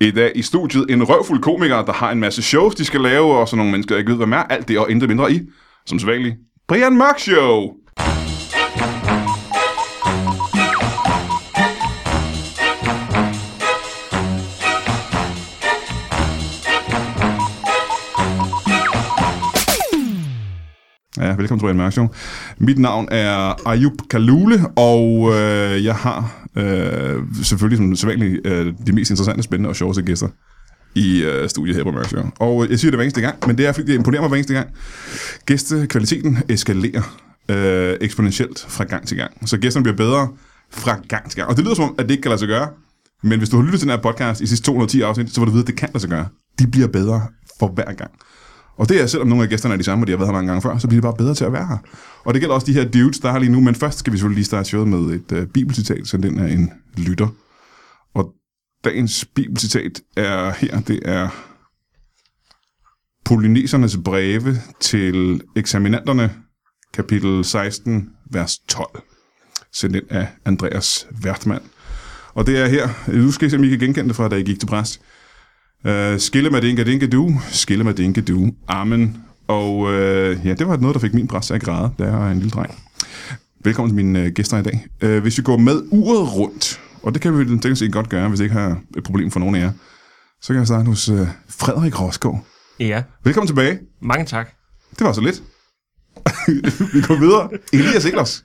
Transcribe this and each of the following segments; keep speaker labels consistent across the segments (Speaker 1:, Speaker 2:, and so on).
Speaker 1: I dag i studiet en røvfuld komiker, der har en masse shows, de skal lave, og så nogle mennesker, der ikke ved, hvad med alt det og intet mindre i. Som sædvanligt, Brian Mørk Show! Ja, velkommen til Brian Mørk Show. Mit navn er Ayub Kalule, og øh, jeg har øh, selvfølgelig som sædvanligt øh, de mest interessante, spændende og sjoveste gæster i øh, studiet her på Mørk Show. Og øh, jeg siger det hver eneste gang, men det er, fordi det imponerer mig hver eneste gang. Gæstekvaliteten eskalerer øh, eksponentielt fra gang til gang. Så gæsterne bliver bedre fra gang til gang. Og det lyder som om, at det ikke kan lade sig gøre, men hvis du har lyttet til den her podcast i sidste 210 afsnit, så vil du vide, at det kan lade sig gøre. De bliver bedre for hver gang. Og det er, selvom nogle af gæsterne er de samme, og de har været her mange gange før, så bliver det bare bedre til at være her. Og det gælder også de her dudes, der er her lige nu, men først skal vi selvfølgelig lige starte showet med et øh, bibelcitat, så den er en lytter. Og dagens bibelcitat er her, det er Polynesernes breve til eksaminanterne, kapitel 16, vers 12. Sendt ind af Andreas Wertmann. Og det er her, nu skal I se, om I kan genkende det fra, da I gik til præst. Uh, skille med dinka dinka du, skille med dinka du, amen. Og uh, ja, det var noget, der fik min præst til at græde, da jeg var en lille dreng. Velkommen til mine uh, gæster i dag. Uh, hvis vi går med uret rundt, og det kan vi den teknisk set godt gøre, hvis jeg ikke har et problem for nogen af jer, så kan jeg starte hos uh, Frederik Rosgaard.
Speaker 2: Ja,
Speaker 1: Velkommen tilbage.
Speaker 2: mange tak.
Speaker 1: Det var så lidt. vi går videre. Elias Eglers.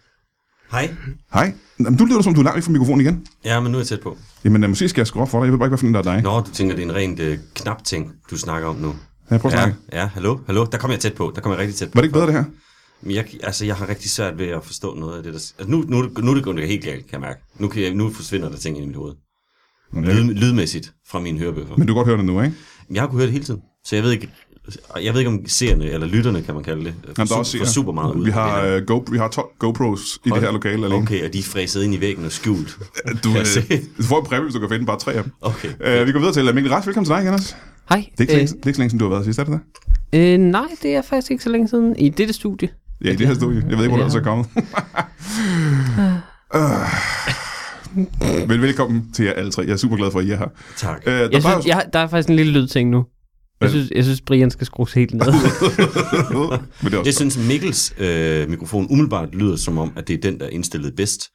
Speaker 3: Hej.
Speaker 1: Hej. Jamen, du lyder som, om du er langt væk fra mikrofonen igen.
Speaker 3: Ja, men nu er jeg tæt på.
Speaker 1: Jamen, øh, måske skal jeg skrue op for dig. Jeg ved bare ikke, hvad for en der er dig.
Speaker 3: Nå, du tænker, det er en rent øh, knap ting, du snakker om nu.
Speaker 1: Ja, prøv at
Speaker 3: Ja,
Speaker 1: snakke.
Speaker 3: ja, hallo, hallo. Der kom jeg tæt på. Der kom jeg rigtig tæt på.
Speaker 1: Var det ikke bedre, det her?
Speaker 3: Men jeg, altså, jeg har rigtig svært ved at forstå noget af det, der... s- Altså, nu, nu, er det- nu er det gået helt galt, kan jeg mærke. Nu, kan jeg, nu forsvinder der ting ind i mit hoved. Lyd, lydmæssigt fra mine hørebøffer.
Speaker 1: Men du kan godt høre det nu, ikke?
Speaker 3: Jeg har kunnet høre det hele tiden, så jeg ved ikke... Jeg ved ikke, om seerne, eller lytterne, kan man kalde det, for,
Speaker 1: Jamen, der er også
Speaker 3: for
Speaker 1: seere.
Speaker 3: super meget ud.
Speaker 1: Vi
Speaker 3: af
Speaker 1: har,
Speaker 3: det her.
Speaker 1: øh, Go, vi har 12 GoPros i det her lokale alene. Okay.
Speaker 3: Okay, og de er fræset ind i væggen og skjult.
Speaker 1: Du,
Speaker 3: Kan jeg se.
Speaker 1: øh, du får en præmie, hvis du kan finde bare tre af dem.
Speaker 3: Okay.
Speaker 1: Øh, vi går videre til øh, Mikkel Rask. Velkommen til dig, Anders. Det
Speaker 4: Hej.
Speaker 1: er ikke, så
Speaker 4: Øh,
Speaker 1: længe, det er ikke så længe, som du har været sidst, er det det?
Speaker 4: øh, nej, det er faktisk ikke så længe siden i dette studie.
Speaker 1: Ja, i det her studie. Jeg ved ikke, hvor du ellers er kommet. Øh. Vel, velkommen til jer alle tre. Jeg er super glad for, at I er her.
Speaker 3: Tak.
Speaker 1: Øh, der
Speaker 4: Jeg
Speaker 1: er bare...
Speaker 4: synes, jeg, der er faktisk en lille lydting nu. Jeg synes, jeg synes Brian skal skrues helt ned.
Speaker 1: Men det er
Speaker 3: Jeg
Speaker 1: også...
Speaker 3: synes, Mikkels øh, mikrofon umiddelbart lyder som om, at det er den, der er indstillet bedst.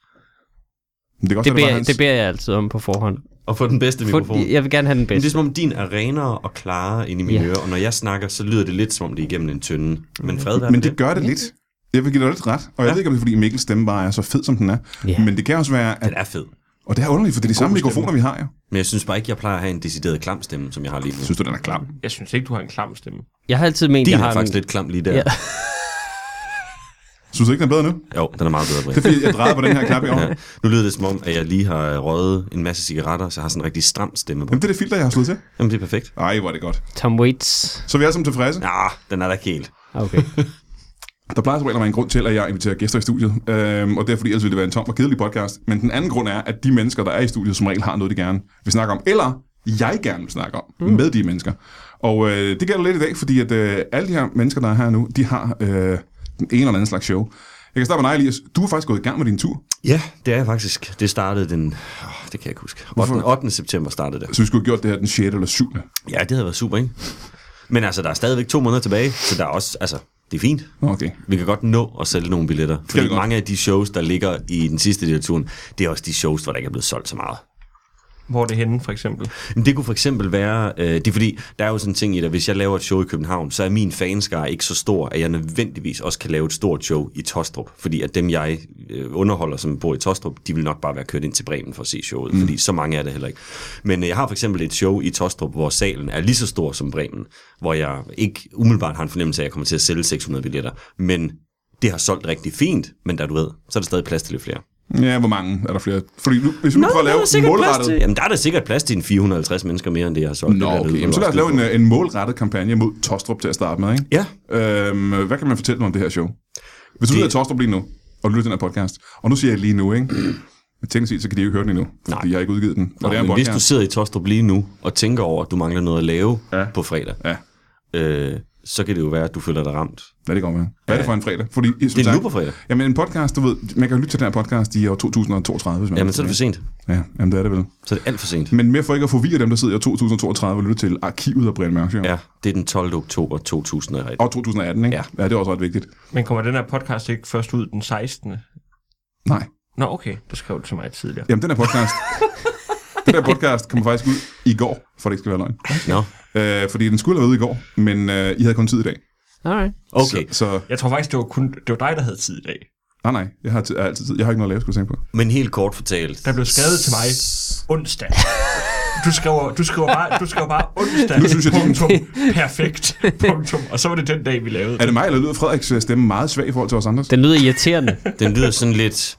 Speaker 1: Det, kan også, det,
Speaker 4: Det
Speaker 1: det,
Speaker 4: beder,
Speaker 1: var hans...
Speaker 4: det beder jeg altid om på forhånd.
Speaker 3: Og få den bedste
Speaker 4: For,
Speaker 3: mikrofon.
Speaker 4: jeg vil gerne have den
Speaker 3: Men det er
Speaker 4: bedste.
Speaker 3: som om, din er renere og klarere ind i mine
Speaker 4: Ja.
Speaker 3: ører, og når jeg snakker, så lyder det lidt som om, det er igennem en tynde. Men fred være
Speaker 1: Men
Speaker 3: med
Speaker 1: det gør det lidt. Jeg vil give dig lidt ret. Og jeg
Speaker 3: Ja.
Speaker 1: ved ikke, om det er, fordi Mikkels stemme bare er så fed, som den er.
Speaker 4: Ja.
Speaker 1: Men det kan også være, at...
Speaker 3: Den er fed.
Speaker 1: Og det er underligt, for det er de samme mikrofoner, vi har, jo.
Speaker 3: Men jeg synes bare ikke, jeg plejer at have en decideret klam stemme, som jeg har lige nu.
Speaker 1: Synes du, den er klam?
Speaker 2: Jeg synes ikke, du har en klam stemme.
Speaker 4: Jeg har altid ment,
Speaker 3: Din
Speaker 4: jeg
Speaker 3: er
Speaker 4: har
Speaker 3: faktisk
Speaker 4: en...
Speaker 3: lidt klam lige der.
Speaker 4: Ja.
Speaker 1: Synes du ikke, den er bedre nu?
Speaker 3: Jo, den er meget bedre,
Speaker 1: Det er
Speaker 3: Brian.
Speaker 1: fordi, jeg drejer på den her knap i år.
Speaker 3: Ja. Nu lyder det som om, at jeg lige har røget en masse cigaretter, så jeg har sådan en rigtig stram stemme på.
Speaker 1: Jamen, det er det filter, jeg har slået til.
Speaker 3: Jamen, det er perfekt.
Speaker 1: Ej, hvor er det godt.
Speaker 4: Tom Waits. Ah,
Speaker 1: Så vi er som tilfredse.
Speaker 3: Nå, den er da ikke helt.
Speaker 4: Okay.
Speaker 1: Der plejer som regel at være en grund til, at jeg inviterer gæster i studiet. Øhm, og det er fordi, ellers ville det være en tom og kedelig podcast. Men den anden grund er, at de mennesker, der er i studiet, som regel har noget, de gerne vil snakke om. Eller jeg gerne vil snakke om mm. med de mennesker. Og øh, det gælder lidt i dag, fordi at øh, alle de her mennesker, der er her nu, de har øh, den ene eller anden slags show. Jeg kan starte med dig, Elias. Du er faktisk gået i gang med din tur.
Speaker 3: Ja, det er jeg faktisk. Det startede den... åh, det kan jeg ikke huske. 8. 8. september startede det.
Speaker 1: Så vi skulle have gjort det her den 6. eller 7.
Speaker 3: Ja, det havde været super, ikke? Men altså, der er stadigvæk to måneder tilbage, så der er også, altså, det er fint.
Speaker 1: Nå, Okay.
Speaker 3: Vi kan godt nå at sælge nogle billetter.
Speaker 1: vi
Speaker 3: Fordi
Speaker 1: godt.
Speaker 3: mange af de shows, der ligger i den sidste del af turen, det er også de shows, hvor der ikke er blevet solgt så meget.
Speaker 2: Hvor er det henne, for eksempel?
Speaker 3: Men det kunne for eksempel være, øh, det er fordi, der er jo sådan en ting i det, at hvis jeg laver et show i København, så er min fanskare ikke så stor, at jeg nødvendigvis også kan lave et stort show i Tostrup. Fordi at dem, jeg øh, underholder, som bor i Tostrup, de vil nok bare være kørt ind til Bremen for at se showet, mm. fordi så mange er det heller ikke. Men øh, jeg har for eksempel et show i Tostrup, hvor salen er lige så stor som Bremen, hvor jeg ikke umiddelbart har en fornemmelse af, at jeg kommer til at sælge 600 billetter. Men det har solgt rigtig fint, men der du ved, så er der stadig plads til lidt flere.
Speaker 1: Ja, hvor mange er der flere? Fordi nu, hvis vi
Speaker 3: Nå,
Speaker 1: prøver at
Speaker 3: der er
Speaker 1: lave
Speaker 3: sikkert plads
Speaker 1: målrettet...
Speaker 3: til, jamen, der er der sikkert plads til en 450 mennesker mere, end det, jeg har solgt.
Speaker 1: Nå,
Speaker 3: Det der,
Speaker 1: okay.
Speaker 3: det ved du
Speaker 1: Jamen, så lad os lave
Speaker 3: også, du
Speaker 1: en, øh, en målrettet kampagne mod Tostrup til at starte med, ikke?
Speaker 3: Ja,
Speaker 1: Øhm, hvad kan man fortælle mig om det her show? Hvis du lyder Tostrup lige nu, og du lytter til den her podcast, og nu siger jeg lige nu, ikke? Men teknisk set, så kan de jo ikke høre den endnu, fordi Nej. jeg har ikke udgivet den. Og
Speaker 3: Nå,
Speaker 1: det er en
Speaker 3: men hvis du
Speaker 1: podcast.
Speaker 3: sidder i Tostrup lige nu og tænker over, at du mangler noget at lave
Speaker 1: Ja.
Speaker 3: ja. på fredag,
Speaker 1: Ja.
Speaker 3: øh, så kan det jo være, at du føler dig ramt.
Speaker 1: Lad det gå med. Hvad er det for en fredag? Fordi, som
Speaker 3: Det er nu
Speaker 1: sagt,
Speaker 3: på fredag.
Speaker 1: Jamen en podcast, du ved, man kan jo lytte til den her podcast i år 2032, hvis man
Speaker 3: Jamen, så er det for sent.
Speaker 1: Ja, jamen det er det vel.
Speaker 3: Så er det alt for sent.
Speaker 1: Men mere for ikke at forvirre dem, der sidder i år 2032 og lytter til arkivet af Brian Mørk Show.
Speaker 3: Ja, det er den 12. oktober 2001.
Speaker 1: Og 2018, ikke?
Speaker 3: Ja.
Speaker 1: ja. det er også ret vigtigt.
Speaker 2: Men kommer den her podcast ikke først ud den 16.
Speaker 1: Nej.
Speaker 2: Nå, okay. Du skrev det til mig tidligere.
Speaker 1: Jamen den her podcast... den her podcast kom faktisk ud i går, for det ikke skal være løgn.
Speaker 3: Nå,
Speaker 1: Øh, fordi den skulle have været ude i går, men øh, I havde kun tid i dag.
Speaker 4: Alright.
Speaker 3: okay.
Speaker 1: Så, så
Speaker 2: Jeg tror faktisk, det var, kun, det var dig, der havde tid i dag.
Speaker 1: nej, nej, jeg har, tid, jeg har altid tid. Jeg har ikke noget at lave, skulle jeg tænke på.
Speaker 3: Men helt kort fortalt.
Speaker 2: Der blev skrevet til mig onsdag. Du skriver, du skriver bare, du skriver bare onsdag,
Speaker 1: Nu synes jeg, det er en-
Speaker 2: punktum, perfekt, punktum. Og så var det den dag, vi lavede.
Speaker 1: Er det mig, eller lyder Frederiks øh, stemme meget svag i forhold til os andre?
Speaker 4: Den lyder irriterende.
Speaker 3: Den lyder sådan lidt...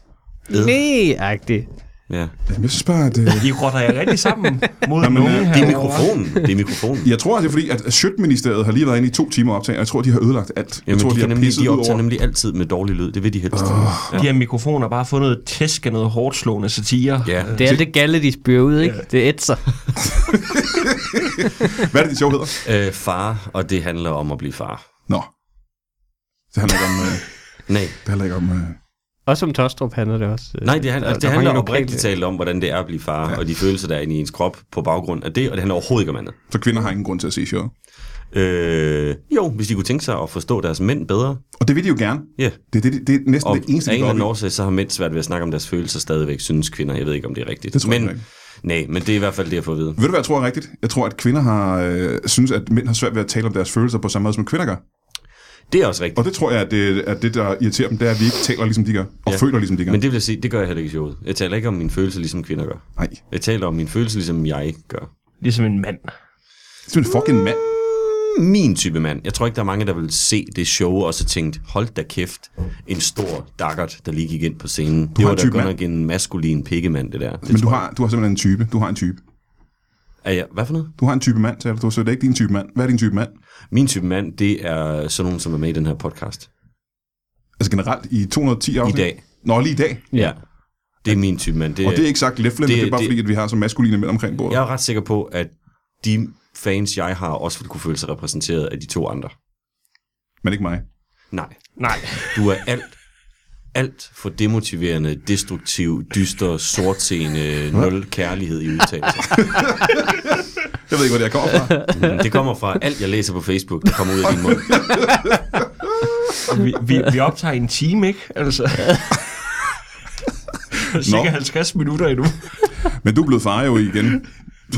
Speaker 3: Øh.
Speaker 4: Nej-agtig.
Speaker 3: Ja.
Speaker 1: Jamen, Jeg synes bare, at... Øh,
Speaker 2: I rotter jer rigtig sammen mod
Speaker 1: Jamen, øh,
Speaker 2: nogen
Speaker 1: det
Speaker 2: her.
Speaker 3: Det er mikrofonen. Det er mikrofonen.
Speaker 1: jeg tror, at det er fordi, at Sjøtministeriet har lige været inde i to timer optag, og jeg tror, de har ødelagt alt. jeg
Speaker 3: Jamen,
Speaker 1: tror,
Speaker 3: de, kan nemlig, de
Speaker 1: ud
Speaker 3: optager
Speaker 1: over-
Speaker 3: nemlig altid med dårlig lyd. Det vil de helst.
Speaker 2: De her mikrofoner har bare fået noget tæsk af noget hårdt slående satire.
Speaker 3: Ja.
Speaker 4: Det er alt det galle, de spyrer ud, ikke? Det ætser.
Speaker 1: Hvad er det, de sjov hedder?
Speaker 3: Øh, far, og det handler om at blive far.
Speaker 1: Nå. Det handler ikke om... Øh,
Speaker 3: Nej,
Speaker 1: det handler ikke om øh,
Speaker 4: Også om Tostrup handler det også. øh.
Speaker 3: nej det, handler, det handler oprigtigt
Speaker 4: til.
Speaker 3: talt om, hvordan det er at blive far, og de følelser, der er inde i ens krop på baggrund af det, og det handler overhovedet ikke om andet.
Speaker 1: så kvinder har ingen grund til at se showet.
Speaker 3: Øh, jo, hvis de kunne tænke sig at forstå deres mænd bedre.
Speaker 1: Og det vil de jo gerne.
Speaker 3: Ja,
Speaker 1: Det er, det, det er næsten
Speaker 3: og
Speaker 1: det eneste,
Speaker 3: af
Speaker 1: de
Speaker 3: en eller
Speaker 1: går
Speaker 3: anden
Speaker 1: op i.
Speaker 3: årsag, så har mænd svært ved at snakke om deres følelser stadigvæk, synes kvinder. Jeg ved ikke, om det er rigtigt.
Speaker 1: Det tror jeg
Speaker 3: men,
Speaker 1: ikke.
Speaker 3: Nej, men det er i hvert fald det, jeg får at vide.
Speaker 1: Ved du, hvad jeg tror er rigtigt? Jeg tror, at kvinder har øh, synes, at mænd har svært ved at tale om deres følelser på samme måde, som kvinder gør.
Speaker 3: Det er også rigtigt.
Speaker 1: Og det tror jeg, at det, at det der irriterer dem, det er, at vi ikke taler, ligesom de gør. Og ja.
Speaker 3: Ja.
Speaker 1: føler, ligesom de gør.
Speaker 3: Men det vil jeg sige, det gør jeg heller ikke i showet. Jeg taler ikke om mine følelser, ligesom kvinder gør.
Speaker 1: Nej,
Speaker 3: Jeg taler om mine følelser, ligesom jeg gør.
Speaker 2: Ligesom en mand.
Speaker 1: det er en fucking mand.
Speaker 3: min type mand. Jeg tror ikke, der er mange, der vil se det show og så tænkt, hold da kæft, en stor dakkert, der lige gik ind på scenen. Du det
Speaker 1: har
Speaker 3: var
Speaker 1: en
Speaker 3: da
Speaker 1: type
Speaker 3: godt
Speaker 1: mand.
Speaker 3: nok en maskulin pikkemand, det der. Det
Speaker 1: Men du
Speaker 3: tror
Speaker 1: har, du har simpelthen en type. Du har en type.
Speaker 3: jeg- Er jeg, hvad for noget?
Speaker 1: Du har en type mand, sagde du. Så det er ikke din type mand. Hvad er din type mand?
Speaker 3: Min type mand, det er sådan nogen, som er med i den her podcast.
Speaker 1: Altså generelt i 210 afsnit?
Speaker 3: I dag.
Speaker 1: Nå, lige i dag.
Speaker 3: Ja. Det er min type mand. Det,
Speaker 1: Og det er ikke sagt leflen, det,
Speaker 3: Det-
Speaker 1: det er bare det,
Speaker 3: det-
Speaker 1: fordi, at vi har så maskuline mænd omkring bordet.
Speaker 3: Jeg er ret sikker på, at de fans, jeg har, også vil kunne føle sig repræsenteret af de to andre.
Speaker 1: Men ikke mig.
Speaker 3: Nej.
Speaker 2: Nej.
Speaker 3: Du er alt, alt for demotiverende, destruktiv, dyster, sortseende, nul kærlighed i udtalelser.
Speaker 1: Jeg ved ikke, hvor det er, jeg kommer fra.
Speaker 3: Mm, Det kommer fra alt, jeg læser på Facebook, der kommer ud af din mund.
Speaker 2: Vi, vi, vi optager i en time, ikke? Altså. Cirka 50 minutter endnu.
Speaker 1: Men du er blevet far jo igen. Du,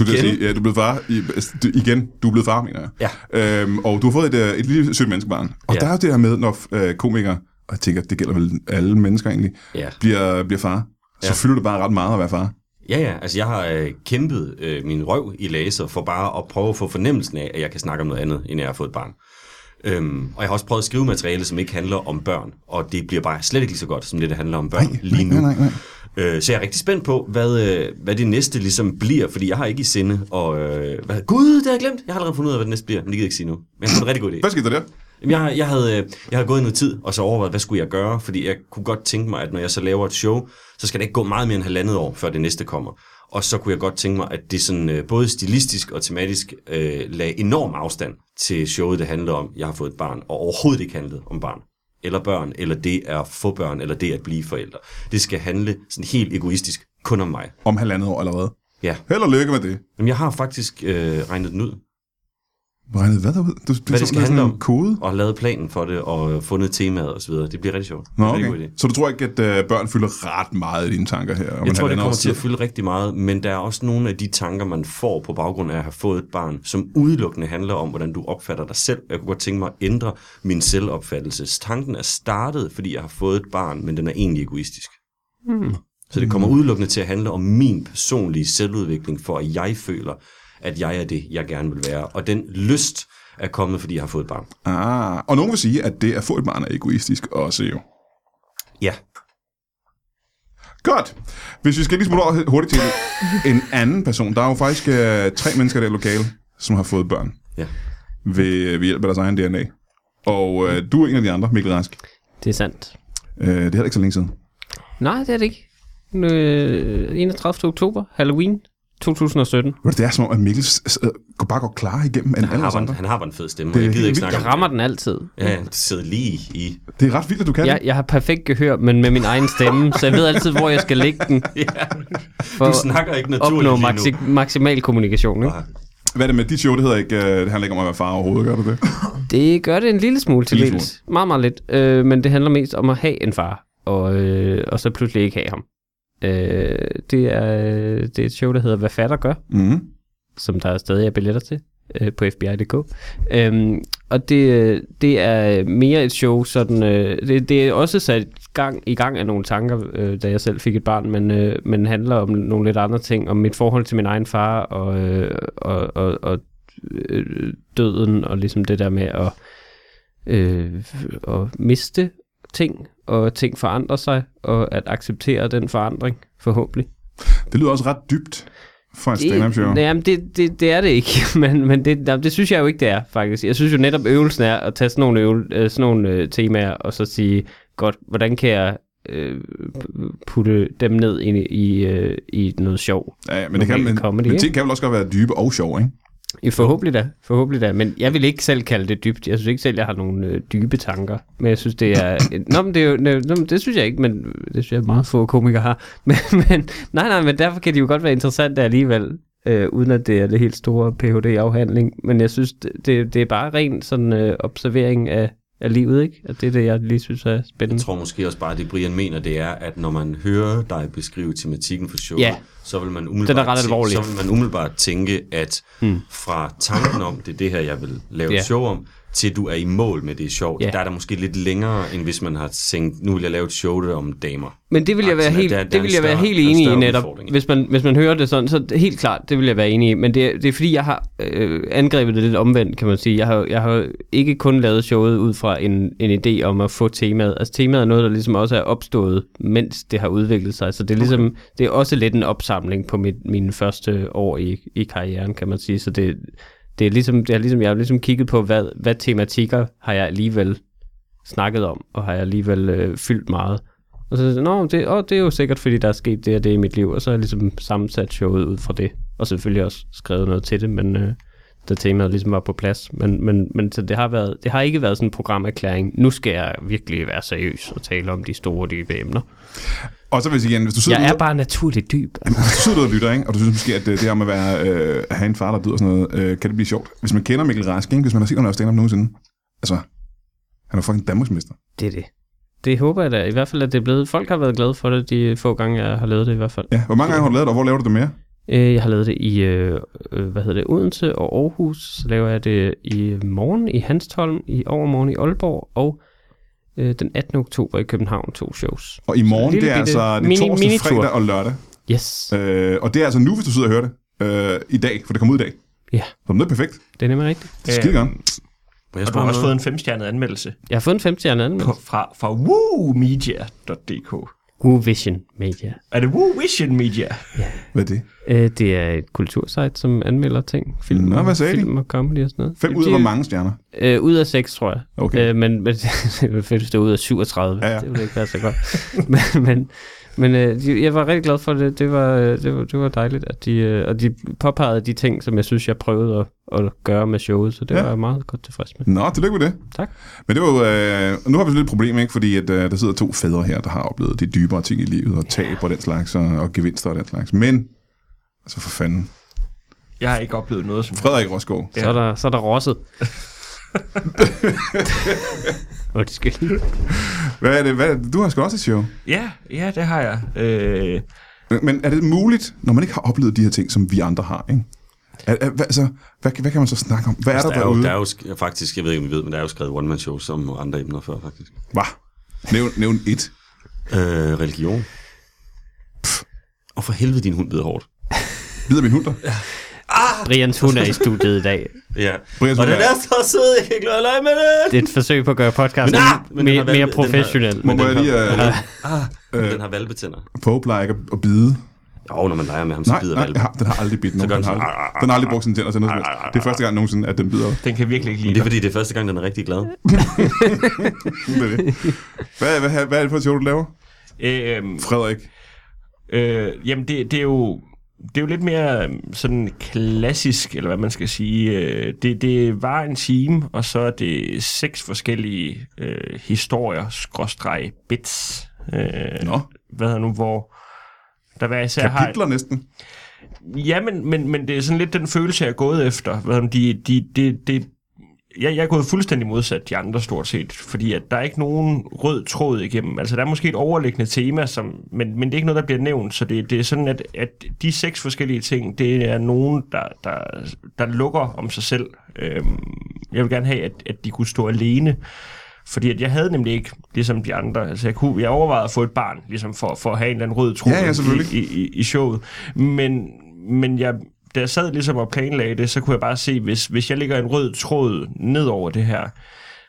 Speaker 1: igen?
Speaker 3: Igen?
Speaker 1: Sige, ja, du er blevet far i, altså, du- igen. Du er blevet far, mener jeg.
Speaker 3: Ja.
Speaker 1: Øhm, og du har fået et, øh, et lille sødt menneskebarn. Og ja.
Speaker 3: Ja.
Speaker 1: der er jo det her med, når øh, komikere, og jeg tænker, det gælder vel alle mennesker egentlig,
Speaker 3: Ja.
Speaker 1: bliver, bliver far. Så
Speaker 3: Ja.
Speaker 1: fylder det bare ret meget at være far.
Speaker 3: Ja, ja, altså jeg har øh, kæmpet øh, min røv i laser for bare at prøve at få fornemmelsen af, at jeg kan snakke om noget andet, end jeg har fået et barn. Øhm, og jeg har også prøvet at skrive materiale, som ikke handler om børn, og det bliver bare slet ikke lige så godt, som det, der handler om børn lige nu.
Speaker 1: Nej, nej, nej.
Speaker 3: Øh, så jeg er rigtig spændt på, hvad, øh, hvad det næste ligesom bliver, fordi jeg har ikke i sinde, og øh, hvad, gud, det har jeg glemt, jeg har allerede fundet ud af, hvad det næste bliver, men det gider jeg ikke sige nu. Men jeg har fået en rigtig god idé.
Speaker 1: Hvad skete der der?
Speaker 3: Jamen, Jeg, jeg, havde, øh, jeg havde gået noget tid, og så overvejet, hvad skulle jeg gøre? Fordi jeg kunne godt tænke mig, at når jeg så laver et show, så skal det ikke gå meget mere end halvandet år, før det næste kommer. Og så kunne jeg godt tænke mig, at det sådan, øh, både stilistisk og tematisk øh, lagde enorm afstand til showet, det handlede om, jeg har fået et barn, og overhovedet ikke handlede om barn eller børn, eller det er at få børn, eller det at blive forældre. Det skal handle sådan helt egoistisk kun om mig.
Speaker 1: Om halvandet år allerede.
Speaker 3: Ja.
Speaker 1: Held og lykke med det.
Speaker 3: Jamen, jeg har faktisk øh, regnet den ud,
Speaker 1: Regnede hvad derud? Du, du,
Speaker 3: hvad det skal handle om,
Speaker 1: Kode?
Speaker 3: og lavet planen for det, og fundet temaet osv. Det bliver rigtig sjovt.
Speaker 1: Nå,
Speaker 3: det bliver en god idé.
Speaker 1: okay. Så du tror ikke, at øh, børn fylder ret meget i dine tanker her? Om
Speaker 3: Jeg tror, det
Speaker 1: halvandet
Speaker 3: kommer
Speaker 1: års
Speaker 3: til at
Speaker 1: tid?
Speaker 3: fylde rigtig meget, men der er også nogle af de tanker, man får på baggrund af at have fået et barn, som udelukkende handler om, hvordan du opfatter dig selv. Jeg kunne godt tænke mig at ændre min selvopfattelse. Tanken er startet, fordi jeg har fået et barn, men den er egentlig egoistisk.
Speaker 5: Hmm.
Speaker 3: Mm. Så det kommer udelukkende til at handle om min personlige selvudvikling, for at jeg føler, at jeg er det, jeg gerne vil være. Og den lyst er kommet, fordi jeg har fået et barn.
Speaker 1: Ah, og nogen vil sige, at det at få et barn er egoistisk også jo.
Speaker 3: Ja.
Speaker 1: Godt. Hvis vi skal lige smutte over hurtigt til en anden person. Der er jo faktisk øh, tre mennesker i det her lokale, som har fået børn
Speaker 3: ja.
Speaker 1: ved, ved hjælp af deres egen DNA. Og øh, du er en af de andre, Mikkel Rask.
Speaker 4: Det er sandt.
Speaker 1: Øh, det er heller ikke så længe siden.
Speaker 4: Nej, det er det ikke. Nu, øh, 31. oktober, Halloween 2017.
Speaker 1: Ved du, Det er som om, at Mikkels øh, går bare godt klare igennem end alle
Speaker 3: Han
Speaker 1: os
Speaker 3: har, bare en,
Speaker 1: andre.
Speaker 3: han har bare en fed stemme,
Speaker 1: Det
Speaker 3: og jeg
Speaker 1: er
Speaker 3: gider
Speaker 1: helt
Speaker 3: ikke
Speaker 1: vildt.
Speaker 3: snakke
Speaker 5: Jeg
Speaker 3: om
Speaker 5: rammer den altid.
Speaker 3: det. Ja, det sidder lige i...
Speaker 1: Det er ret vildt, at du kan
Speaker 5: Jeg,
Speaker 1: det.
Speaker 5: jeg har perfekt gehør, men med min egen stemme, så jeg ved altid, hvor jeg skal lægge den. For
Speaker 3: Du snakker ikke
Speaker 5: at opnå
Speaker 3: naturligt lige nu.
Speaker 5: maxi- maksimal kommunikation. Ikke?
Speaker 3: Nej.
Speaker 1: Hvad er det med dit show? Det hedder ikke, øh, det handler ikke om at være far overhovedet, gør det det?
Speaker 5: Det gør det en lille smule til
Speaker 1: Lille
Speaker 5: dels. Meget, meget lidt. Øh, men det handler mest om at have en far, og, øh, og så pludselig ikke have ham. Øh, det, er, øh, det er et show, der hedder Hvad fatter gør,
Speaker 1: Mm-hmm.
Speaker 5: som der stadig er billetter til øh, på fbi.dk. Øhm, og det, øh, det er mere et show, sådan, øh, det, det er også sat gang, i gang af nogle tanker, øh, da jeg selv fik et barn, men, øh, men handler om nogle lidt andre ting, om mit forhold til min egen far og, øh, og, og, og øh, døden, og ligesom det der med at, øh, at miste ting, og ting forandrer sig, og at acceptere den forandring, forhåbentlig.
Speaker 1: Det lyder også ret dybt for et stand-up show.
Speaker 5: Det, jamen, det, det, det er det ikke, men, men det, jamen, det synes jeg jo ikke, det er, faktisk. Jeg synes jo netop, øvelsen er at tage sådan nogle, øvel, øh, sådan nogle øh, temaer, og så sige, godt, hvordan kan jeg øh, p- putte dem ned i, i, øh, i noget sjov?
Speaker 1: Ja, ja, men, det kan, men,
Speaker 5: Normal comedy,
Speaker 1: men
Speaker 5: ikke?
Speaker 1: ting kan vel også godt være dybe og sjove, ikke?
Speaker 5: Ja, Forhåbentlig da, forhåbentlig da, men jeg vil ikke selv kalde det dybt. Jeg synes ikke selv, jeg har nogle øh, dybe tanker, men jeg synes, det er... Nå, men det, er jo, nå, nå, men det synes jeg ikke, men øh, det synes jeg meget få komikere har. Men, men nej, nej, men derfor kan de jo godt være interessante alligevel, øh, uden at det er det helt store Ph.D.-afhandling. Men jeg synes, det, det, det er bare ren sådan øh, observering af, af livet, ikke? Og det er det, jeg lige synes er
Speaker 3: Jeg
Speaker 5: spændende.
Speaker 3: tror måske også bare, at det Brian mener, det er, at når man hører dig beskrive tematikken for showet,
Speaker 5: Ja.
Speaker 3: så, vil man
Speaker 5: Den er
Speaker 3: umiddelbart
Speaker 5: ret alvorlig.
Speaker 3: så vil man umiddelbart tænke, at hmm. fra tanken om, det er det her, jeg vil lave
Speaker 5: Ja.
Speaker 3: et show om, til du er i mål med det show,
Speaker 5: Ja.
Speaker 3: der er der måske lidt længere, end hvis man har tænkt, nu vil jeg lave et show der om damer.
Speaker 5: Men det vil jeg være
Speaker 3: Sådan, at
Speaker 5: helt,
Speaker 3: der- der
Speaker 5: det
Speaker 3: er
Speaker 5: vil
Speaker 3: en
Speaker 5: jeg være
Speaker 3: større-
Speaker 5: helt
Speaker 3: der er en
Speaker 5: enig i
Speaker 3: større
Speaker 5: netop.
Speaker 3: udfordring.
Speaker 5: Hvis man, hvis man hører det sådan, så helt klart, det vil jeg være enig i. Men det, er- det er fordi, jeg har øh, angrebet det lidt omvendt, kan man sige. Jeg har, jeg har ikke kun lavet showet ud fra en, en idé om at få temaet. Altså temaet er noget, der ligesom også er opstået, mens det har udviklet sig. Så det er ligesom, det er også lidt en opsamling på mit, mine første år i, i karrieren, kan man sige. Så det, det er ligesom, det er ligesom, jeg har ligesom kigget på, hvad, hvad tematikker har jeg alligevel snakket om, og har jeg alligevel øh, fyldt meget. Og så er jeg sådan, Nå, det, åh, det er jo sikkert, fordi der er sket det og det i mit liv, og så har jeg ligesom sammensat showet ud fra det. Og selvfølgelig også skrevet noget til det, men øh, da temaet ligesom var på plads. Men, men, men så det, har været, det har ikke været sådan en programerklæring. Nu skal jeg virkelig være seriøs og tale om de store, dybe emner.
Speaker 1: Og så vil jeg sige igen, hvis du sidder,
Speaker 5: Jeg
Speaker 1: derude,
Speaker 5: er bare naturligt dyb.
Speaker 1: hvis du sidder derude og lytter, ikke? og du synes måske, at øh, det her med at være, øh, at have en far, der død og sådan noget, øh, kan det blive sjovt. Hvis man kender Mikkel Rask, ikke? hvis man har set ham lave stand-up nogensinde, altså, han er fucking Danmarksmester.
Speaker 5: Det er det. Det håber jeg da. I hvert fald, at det er blevet... Folk har været glade for det de få gange, jeg har lavet det i hvert fald.
Speaker 1: Ja, hvor mange gange har du lavet det, og hvor laver du det mere?
Speaker 5: Øh, Jeg har lavet det i, øh, øh, hvad hedder det, Odense og Aarhus. Så laver jeg det i morgen i Hanstholm, i overmorgen i Aalborg, og øh, den 18. oktober i København to shows.
Speaker 1: Og i morgen,
Speaker 5: Lille
Speaker 1: det er
Speaker 5: bitte
Speaker 1: altså det er
Speaker 5: mini-
Speaker 1: torsdag,
Speaker 5: minitur.
Speaker 1: fredag og lørdag.
Speaker 5: Yes,
Speaker 1: Øh, og det er altså nu, hvis du sidder og hører det, øh, i dag, for det kommer ud i dag.
Speaker 5: Ja.
Speaker 1: Så det er perfekt.
Speaker 5: det er nemlig rigtigt.
Speaker 1: Det er skide godt.
Speaker 3: Må jeg
Speaker 2: Og du
Speaker 3: spørge
Speaker 2: har
Speaker 3: om
Speaker 2: også
Speaker 3: noget?
Speaker 2: fået en femstjernet anmeldelse
Speaker 5: Jeg har fået en 50 anden
Speaker 2: på, fra, fra woomedia.dk.
Speaker 5: Woo Vision Media.
Speaker 2: Er det Woo Vision Media?
Speaker 1: Hvad er det?
Speaker 5: Øh, Det er et kultursite, som anmelder ting. Film,
Speaker 1: Nå,
Speaker 5: og-
Speaker 1: hvad sagde de?
Speaker 5: film og comedy og sådan noget.
Speaker 1: Fem ud af
Speaker 5: De-
Speaker 1: hvor mange stjerner?
Speaker 5: Øh, ud af 6, tror jeg.
Speaker 1: Okay.
Speaker 5: Øh, men, men det ville fedt, hvis det var ud af 37.
Speaker 1: Ja, ja.
Speaker 5: Det ville ikke være så godt. men men, men øh, de- jeg var rigtig glad for det. Det var, øh, det var, det var dejligt, at de, øh, og de påpegede de ting, som jeg synes, jeg prøvede at, at gøre med showet, så det
Speaker 1: Ja.
Speaker 5: ja. var jeg meget godt tilfreds med.
Speaker 1: Nå, tillykke med det.
Speaker 5: Tak.
Speaker 1: Men det var jo, øh, nu har vi så lidt problem, ikke? Fordi at, øh, der sidder to fædre her, der har oplevet de dybere ting i livet, og tab og den slags, og, og gevinster og den slags. Men, altså for fanden,
Speaker 2: Jeg har ikke oplevet noget som...
Speaker 1: Frederik Rosgaard.
Speaker 5: Så, er der, så er der rosset. Undskyld.
Speaker 1: Hvad er det? Hvad er det? Du har sgu også et show.
Speaker 2: Ja, ja, det har jeg. Øh,
Speaker 1: Men er det muligt, når man ikke har oplevet de her ting, som vi andre har, ikke? Er, er, hvad, altså, hvad, hvad kan man så snakke om? Hvad er der,
Speaker 3: Altså, Der er, jo,
Speaker 1: derude?
Speaker 3: der er jo sk- faktisk, jeg ved ikke, om I ved, men der er jo skrevet one-man-shows om andre emner før, faktisk.
Speaker 1: Hva? Nævn, nævn et.
Speaker 3: Øh, religion. Pff. Og for helvede, din hund ved hårdt.
Speaker 1: Lider min hund der?
Speaker 5: Brians hund er i studiet i dag.
Speaker 3: Ja.
Speaker 1: Brian,
Speaker 3: og
Speaker 1: du
Speaker 3: den
Speaker 1: er-
Speaker 3: er så sød, jeg kan ikke lade være med den.
Speaker 5: Det er et forsøg på at gøre podcasten
Speaker 3: Men, ah! Men den har
Speaker 5: mere,
Speaker 3: valgt-
Speaker 5: mere
Speaker 3: den har-
Speaker 5: professionel.
Speaker 1: Må, må jeg lige øh,
Speaker 3: Ah! Men Den har valpetænder.
Speaker 1: Pope plejer ikke at- at bide?
Speaker 3: Jo, når man leger med ham, så
Speaker 1: Nej,
Speaker 3: bider
Speaker 1: nej
Speaker 3: valpe.
Speaker 1: den har- den har aldrig bidt nogen.
Speaker 3: gør
Speaker 1: Den
Speaker 3: den
Speaker 1: har,
Speaker 3: sådan,
Speaker 1: aldrig, den har aldrig brugt sine tænder til noget som helst. Det er første gang nogensinde, at den bider.
Speaker 2: den kan virkelig ikke
Speaker 3: Men
Speaker 2: lide
Speaker 3: det er
Speaker 2: mig.
Speaker 3: fordi, det er første gang, den er rigtig glad.
Speaker 1: Det er det. Hvad, hvad, hvad, hvad er det for et show, du laver?
Speaker 2: Øh, Øhm,
Speaker 1: Frederik.
Speaker 2: øh, jamen, det, det er jo det er jo lidt mere øhm, sådan klassisk, eller hvad man skal sige. Øh, Det, det var en time, og så er det seks forskellige øh, historier, skråstreg, bits. Øh,
Speaker 1: Nå,
Speaker 2: Hvad hedder nu, hvor der hver især har...
Speaker 1: kapitler næsten.
Speaker 2: Ja, men, men, men det er sådan lidt den følelse, jeg er gået efter. Hvad hedder nu, de, de, de, de, jeg, jeg er gået fuldstændig modsat de andre stort set, fordi at der er ikke nogen rød tråd igennem. Altså, der er måske et overliggende tema, som, men, men det er ikke noget, der bliver nævnt, så det, det er sådan, at, at de seks forskellige ting, det er nogen, der, der, der lukker om sig selv. Øhm, jeg vil gerne have, at, at de kunne stå alene, fordi at jeg havde nemlig ikke, ligesom de andre, altså jeg, kunne, jeg overvejede at få et barn, ligesom for, for at have en eller anden rød tråd
Speaker 1: Ja, ja, selvfølgelig.
Speaker 2: i, i, i- i showet, men, men jeg, da jeg sad ligesom og planlagde det, så kunne jeg bare se, hvis, hvis jeg lægger en rød tråd ned over det her,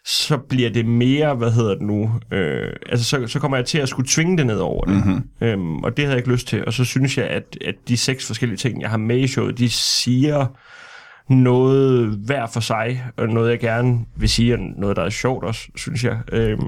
Speaker 2: så bliver det mere, hvad hedder det nu, øh, altså så, så kommer jeg til at skulle tvinge det ned over det, mm-hmm. øhm, og det havde jeg ikke lyst til, og så synes jeg, at, at de seks forskellige ting, jeg har med i showet, de siger noget hver for sig, og noget jeg gerne vil sige, og noget der er sjovt også, synes jeg. Øhm,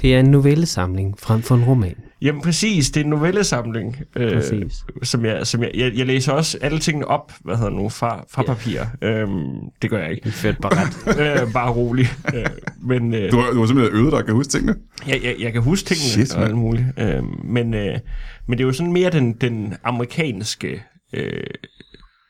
Speaker 5: Det er en novellesamling frem for en roman.
Speaker 2: Jamen præcis, det er en novellesamling, øh,
Speaker 5: Præcis.
Speaker 2: som, jeg, som jeg, jeg, jeg læser også alle tingene op, hvad hedder det nu, fra, fra papir. Øhm, det gør jeg ikke.
Speaker 5: Fedt barat.
Speaker 2: øh, bare rolig. Øh, men øh,
Speaker 1: Du har, du har simpelthen øvet dig at kan huske tingene.
Speaker 2: jeg, jeg, jeg kan huske tingene
Speaker 1: Shit,
Speaker 2: og
Speaker 1: mand.
Speaker 2: alt muligt. Øh, men, øh, men det er jo sådan mere den, den amerikanske... Øh,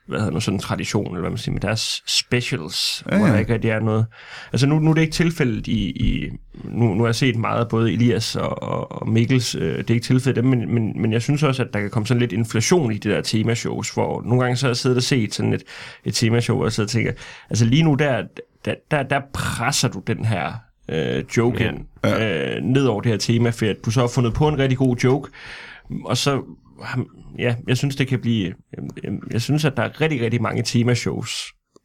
Speaker 2: hvad hedder nu, sådan en tradition, eller hvad man siger, med deres specials, ja, ja. hvor der ikke rigtig er noget. Altså nu, nu er det ikke tilfældet i, i nu, nu har jeg set meget af både Elias og, og, og Mikkels, øh, det er ikke tilfældet af dem, men, men, men jeg synes også, at der kan komme sådan lidt inflation i de der temashows, hvor nogle gange så har jeg siddet og set sådan et, et temashow, og jeg sidder og tænker, altså lige nu der, der, der, der presser du den her øh, joke ind, ja. øh, ned over det her tema, for at du så har fundet på en rigtig god joke, og så, ham- ja, jeg synes, det kan blive, øhm, øhm, jeg synes, at der er rigtig, rigtig mange temashows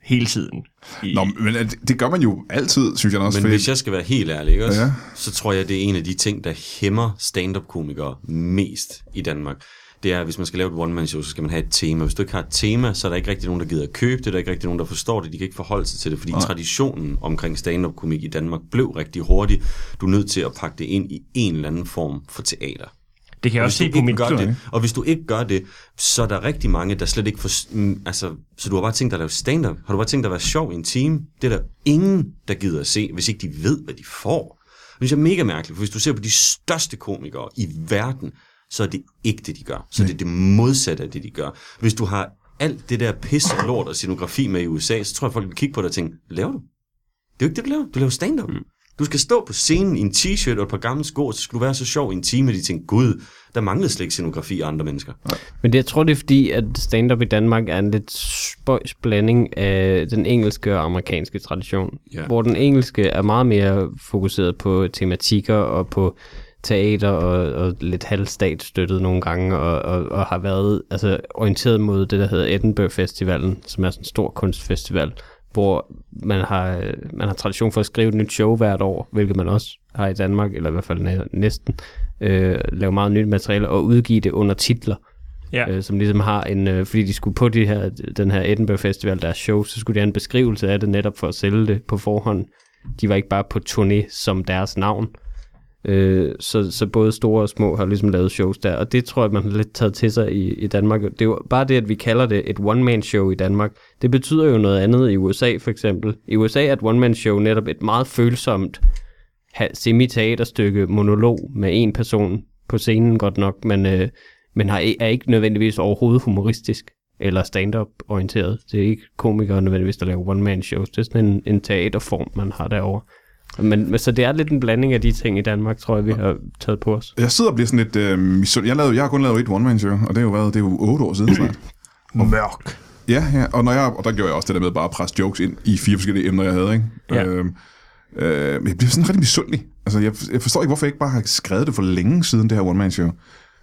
Speaker 2: hele tiden. I,
Speaker 1: Nå, men det, det gør man jo altid, synes jeg også.
Speaker 3: Men
Speaker 1: fordi-
Speaker 3: hvis jeg skal være helt ærlig, ikke også,
Speaker 1: Ja.
Speaker 3: ja. så tror jeg, det er en af de ting, der hæmmer stand-up-komikere mest i Danmark. Det er, at hvis man skal lave et one-man-show, så skal man have et tema. Hvis du ikke har et tema, så er der ikke rigtig nogen, der gider at købe det. Der er ikke rigtig nogen, der forstår det. De kan ikke forholde sig til det, fordi traditionen omkring stand-up-komik i Danmark blev rigtig hurtig. Du er nødt til at pakke det ind i en eller anden form for teater.
Speaker 2: det kan jeg
Speaker 3: Og
Speaker 2: også
Speaker 3: hvis du
Speaker 2: se på
Speaker 3: ikke
Speaker 2: min...
Speaker 3: gør
Speaker 1: Sorry.
Speaker 3: det, og hvis du ikke gør det, så er der rigtig mange, der slet ikke får... mm, Altså, så du har bare tænkt dig at lave stand-up. Har du bare tænkt dig at være sjov i en time? Det er der ingen, der gider at se, hvis ikke de ved, hvad de får. Det synes jeg er mega mærkeligt, for hvis du ser på de største komikere i verden, så er det ikke det, de gør. Så det er det modsatte af det, de gør. Hvis du har alt det der pis og lort og scenografi med i USA, så tror jeg, folk vil kigge på dig og tænke, hvad laver du? Det er jo ikke det, du laver. Du laver stand-up. Mm. Du skal stå på scenen i en t-shirt og et par gamle sko, og så skal du være så sjov i en time, at de tænker, gud, der manglede slet ikke scenografi af andre mennesker.
Speaker 5: Men det, jeg tror, det er fordi, at stand-up i Danmark er en lidt spøjs blanding af den engelske og amerikanske tradition.
Speaker 3: Ja.
Speaker 5: Hvor den engelske er meget mere fokuseret på tematikker og på teater og, og lidt halvstatsstøttet nogle gange, og, og, og har været altså, orienteret mod det, der hedder Edinburgh Festivalen, som er sådan en stor kunstfestival, hvor man har, man har tradition for at skrive et nyt show hvert år, hvilket man også har i Danmark, eller i hvert fald næ- næsten, øh, lave meget nyt materiale og udgive det under titler
Speaker 2: Ja,
Speaker 5: øh, som ligesom har en, øh, fordi de skulle på de her, den her Edinburgh Festival, der er show, så skulle de have en beskrivelse af det netop for at sælge det på forhånd. De var ikke bare på turné som deres navn. Øh, så, så både store og små har ligesom lavet shows der, og det tror jeg, man har lidt taget til sig i, i Danmark. Det er jo bare det, at vi kalder det et one-man-show i Danmark, det betyder jo noget andet i USA for eksempel. I USA er et one-man-show netop et meget følsomt ha- semi-teaterstykke monolog med en person på scenen godt nok, men, øh, men har, er ikke nødvendigvis overhovedet humoristisk eller stand-up orienteret. Det er ikke komikere nødvendigvis, der laver one-man-shows. Det er sådan en, en teaterform, man har derovre. Men, men, så det er lidt en blanding af de ting i Danmark, tror jeg, vi har taget på os.
Speaker 1: Jeg sidder og bliver sådan lidt... Øh, misundelig. jeg, lavede, jeg har kun lavet et one-man-show, og det har jo været det er jo otte år siden snart.
Speaker 2: mørk.
Speaker 1: Ja, ja, og, når jeg, og der gjorde jeg også det der med bare at presse jokes ind i fire forskellige emner, jeg havde. Ikke?
Speaker 2: Ja.
Speaker 1: Øhm, øh, men jeg bliver sådan rigtig misundelig. Altså, jeg, jeg forstår ikke, hvorfor jeg ikke bare har skrevet det for længe siden, det her one-man-show.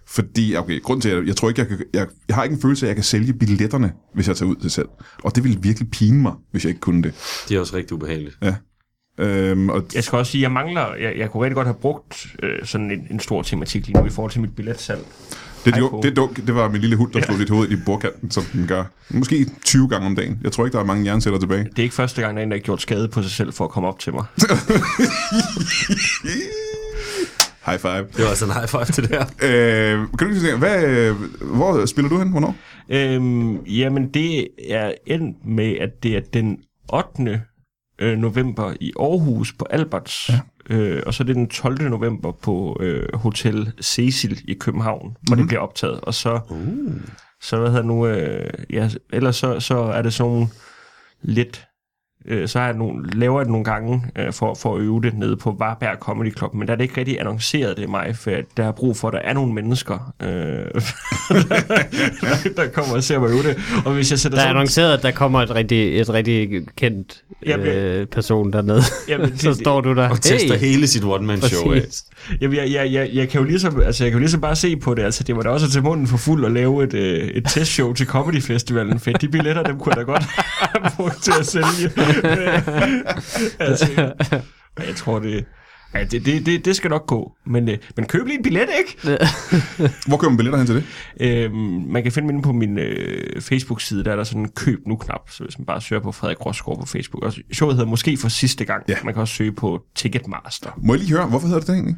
Speaker 1: Fordi, okay, grund til, at jeg, jeg tror ikke, jeg, kan, jeg, jeg har ikke en følelse af, at jeg kan sælge billetterne, hvis jeg tager ud til selv. Og det ville virkelig pine mig, hvis jeg ikke kunne det.
Speaker 3: Det er også rigtig ubehageligt.
Speaker 1: Øhm, og
Speaker 2: Jeg skal også sige, jeg mangler, jeg, jeg kunne rigtig godt have brugt øh, sådan en, en stor tematik lige nu i forhold til mit billetsalg.
Speaker 1: Det, det,
Speaker 2: Hej,
Speaker 1: jo-
Speaker 2: Kåre.
Speaker 1: det, dunk, det var min lille hund, der slog dit hoved ind i bordkanten, som den gør. Måske 20 gange om dagen. Jeg tror ikke, der er mange jernceller tilbage.
Speaker 2: Det er ikke første gang, der er en, der har gjort skade på sig selv for at komme op til mig.
Speaker 1: High five.
Speaker 3: Det var altså en high five til det her.
Speaker 1: Øh, kan du ikke sige, hvad, øh, hvor spiller du hen? Hvornår?
Speaker 2: Øhm, jamen, det er endt med, at det er den 8. øh, november i Aarhus på Alberts, ja. øh, og så er det den 12. november på øh, Hotel Cecil i København, hvor mm-hmm. det bliver optaget. Og så, uh. så hvad hedder nu, øh, ja, ellers så, så er det sådan nogle lidt øh, så har jeg nogle, laver jeg det nogle gange øh, for, for at øve det nede på Varberg Comedy Club, men der er det ikke rigtig annonceret det i mig, for at der er brug for, at der er nogle mennesker, øh, der kommer og ser mig øve det. Og hvis jeg sætter
Speaker 4: Der er
Speaker 2: sådan-
Speaker 4: annonceret, at der kommer et rigtig, et rigtig kendt
Speaker 2: Jamen,
Speaker 4: øh, person dernede.
Speaker 2: Jamen, det-
Speaker 4: så står du der.
Speaker 3: Og tester hele sit one-man-show af.
Speaker 4: Præcis.
Speaker 2: Jamen, jeg, jeg, jeg, jeg, kan jo ligesom, altså, jeg kan jo ligesom bare se på det. Altså, det var da også til munden for fuld at lave et, øh, et testshow til Comedy Festivalen. Fedt, de billetter, dem kunne jeg da godt have brugt til at sælge. altså, jeg tror, det, ja, det, det, det, det skal nok gå. Men, øh, men køb lige en billet, ikke?
Speaker 1: Hvor køber man billetter hen til det?
Speaker 2: Øhm, man kan finde mig inde på min øh, Facebook-side, der er der sådan en køb nu-knap, så hvis man bare søger på Frederik Rosgaard på Facebook. Og showet hedder Måske for sidste gang.
Speaker 1: Ja.
Speaker 2: Man kan også søge på Ticketmaster.
Speaker 1: Må jeg lige høre, hvorfor hedder det det egentlig?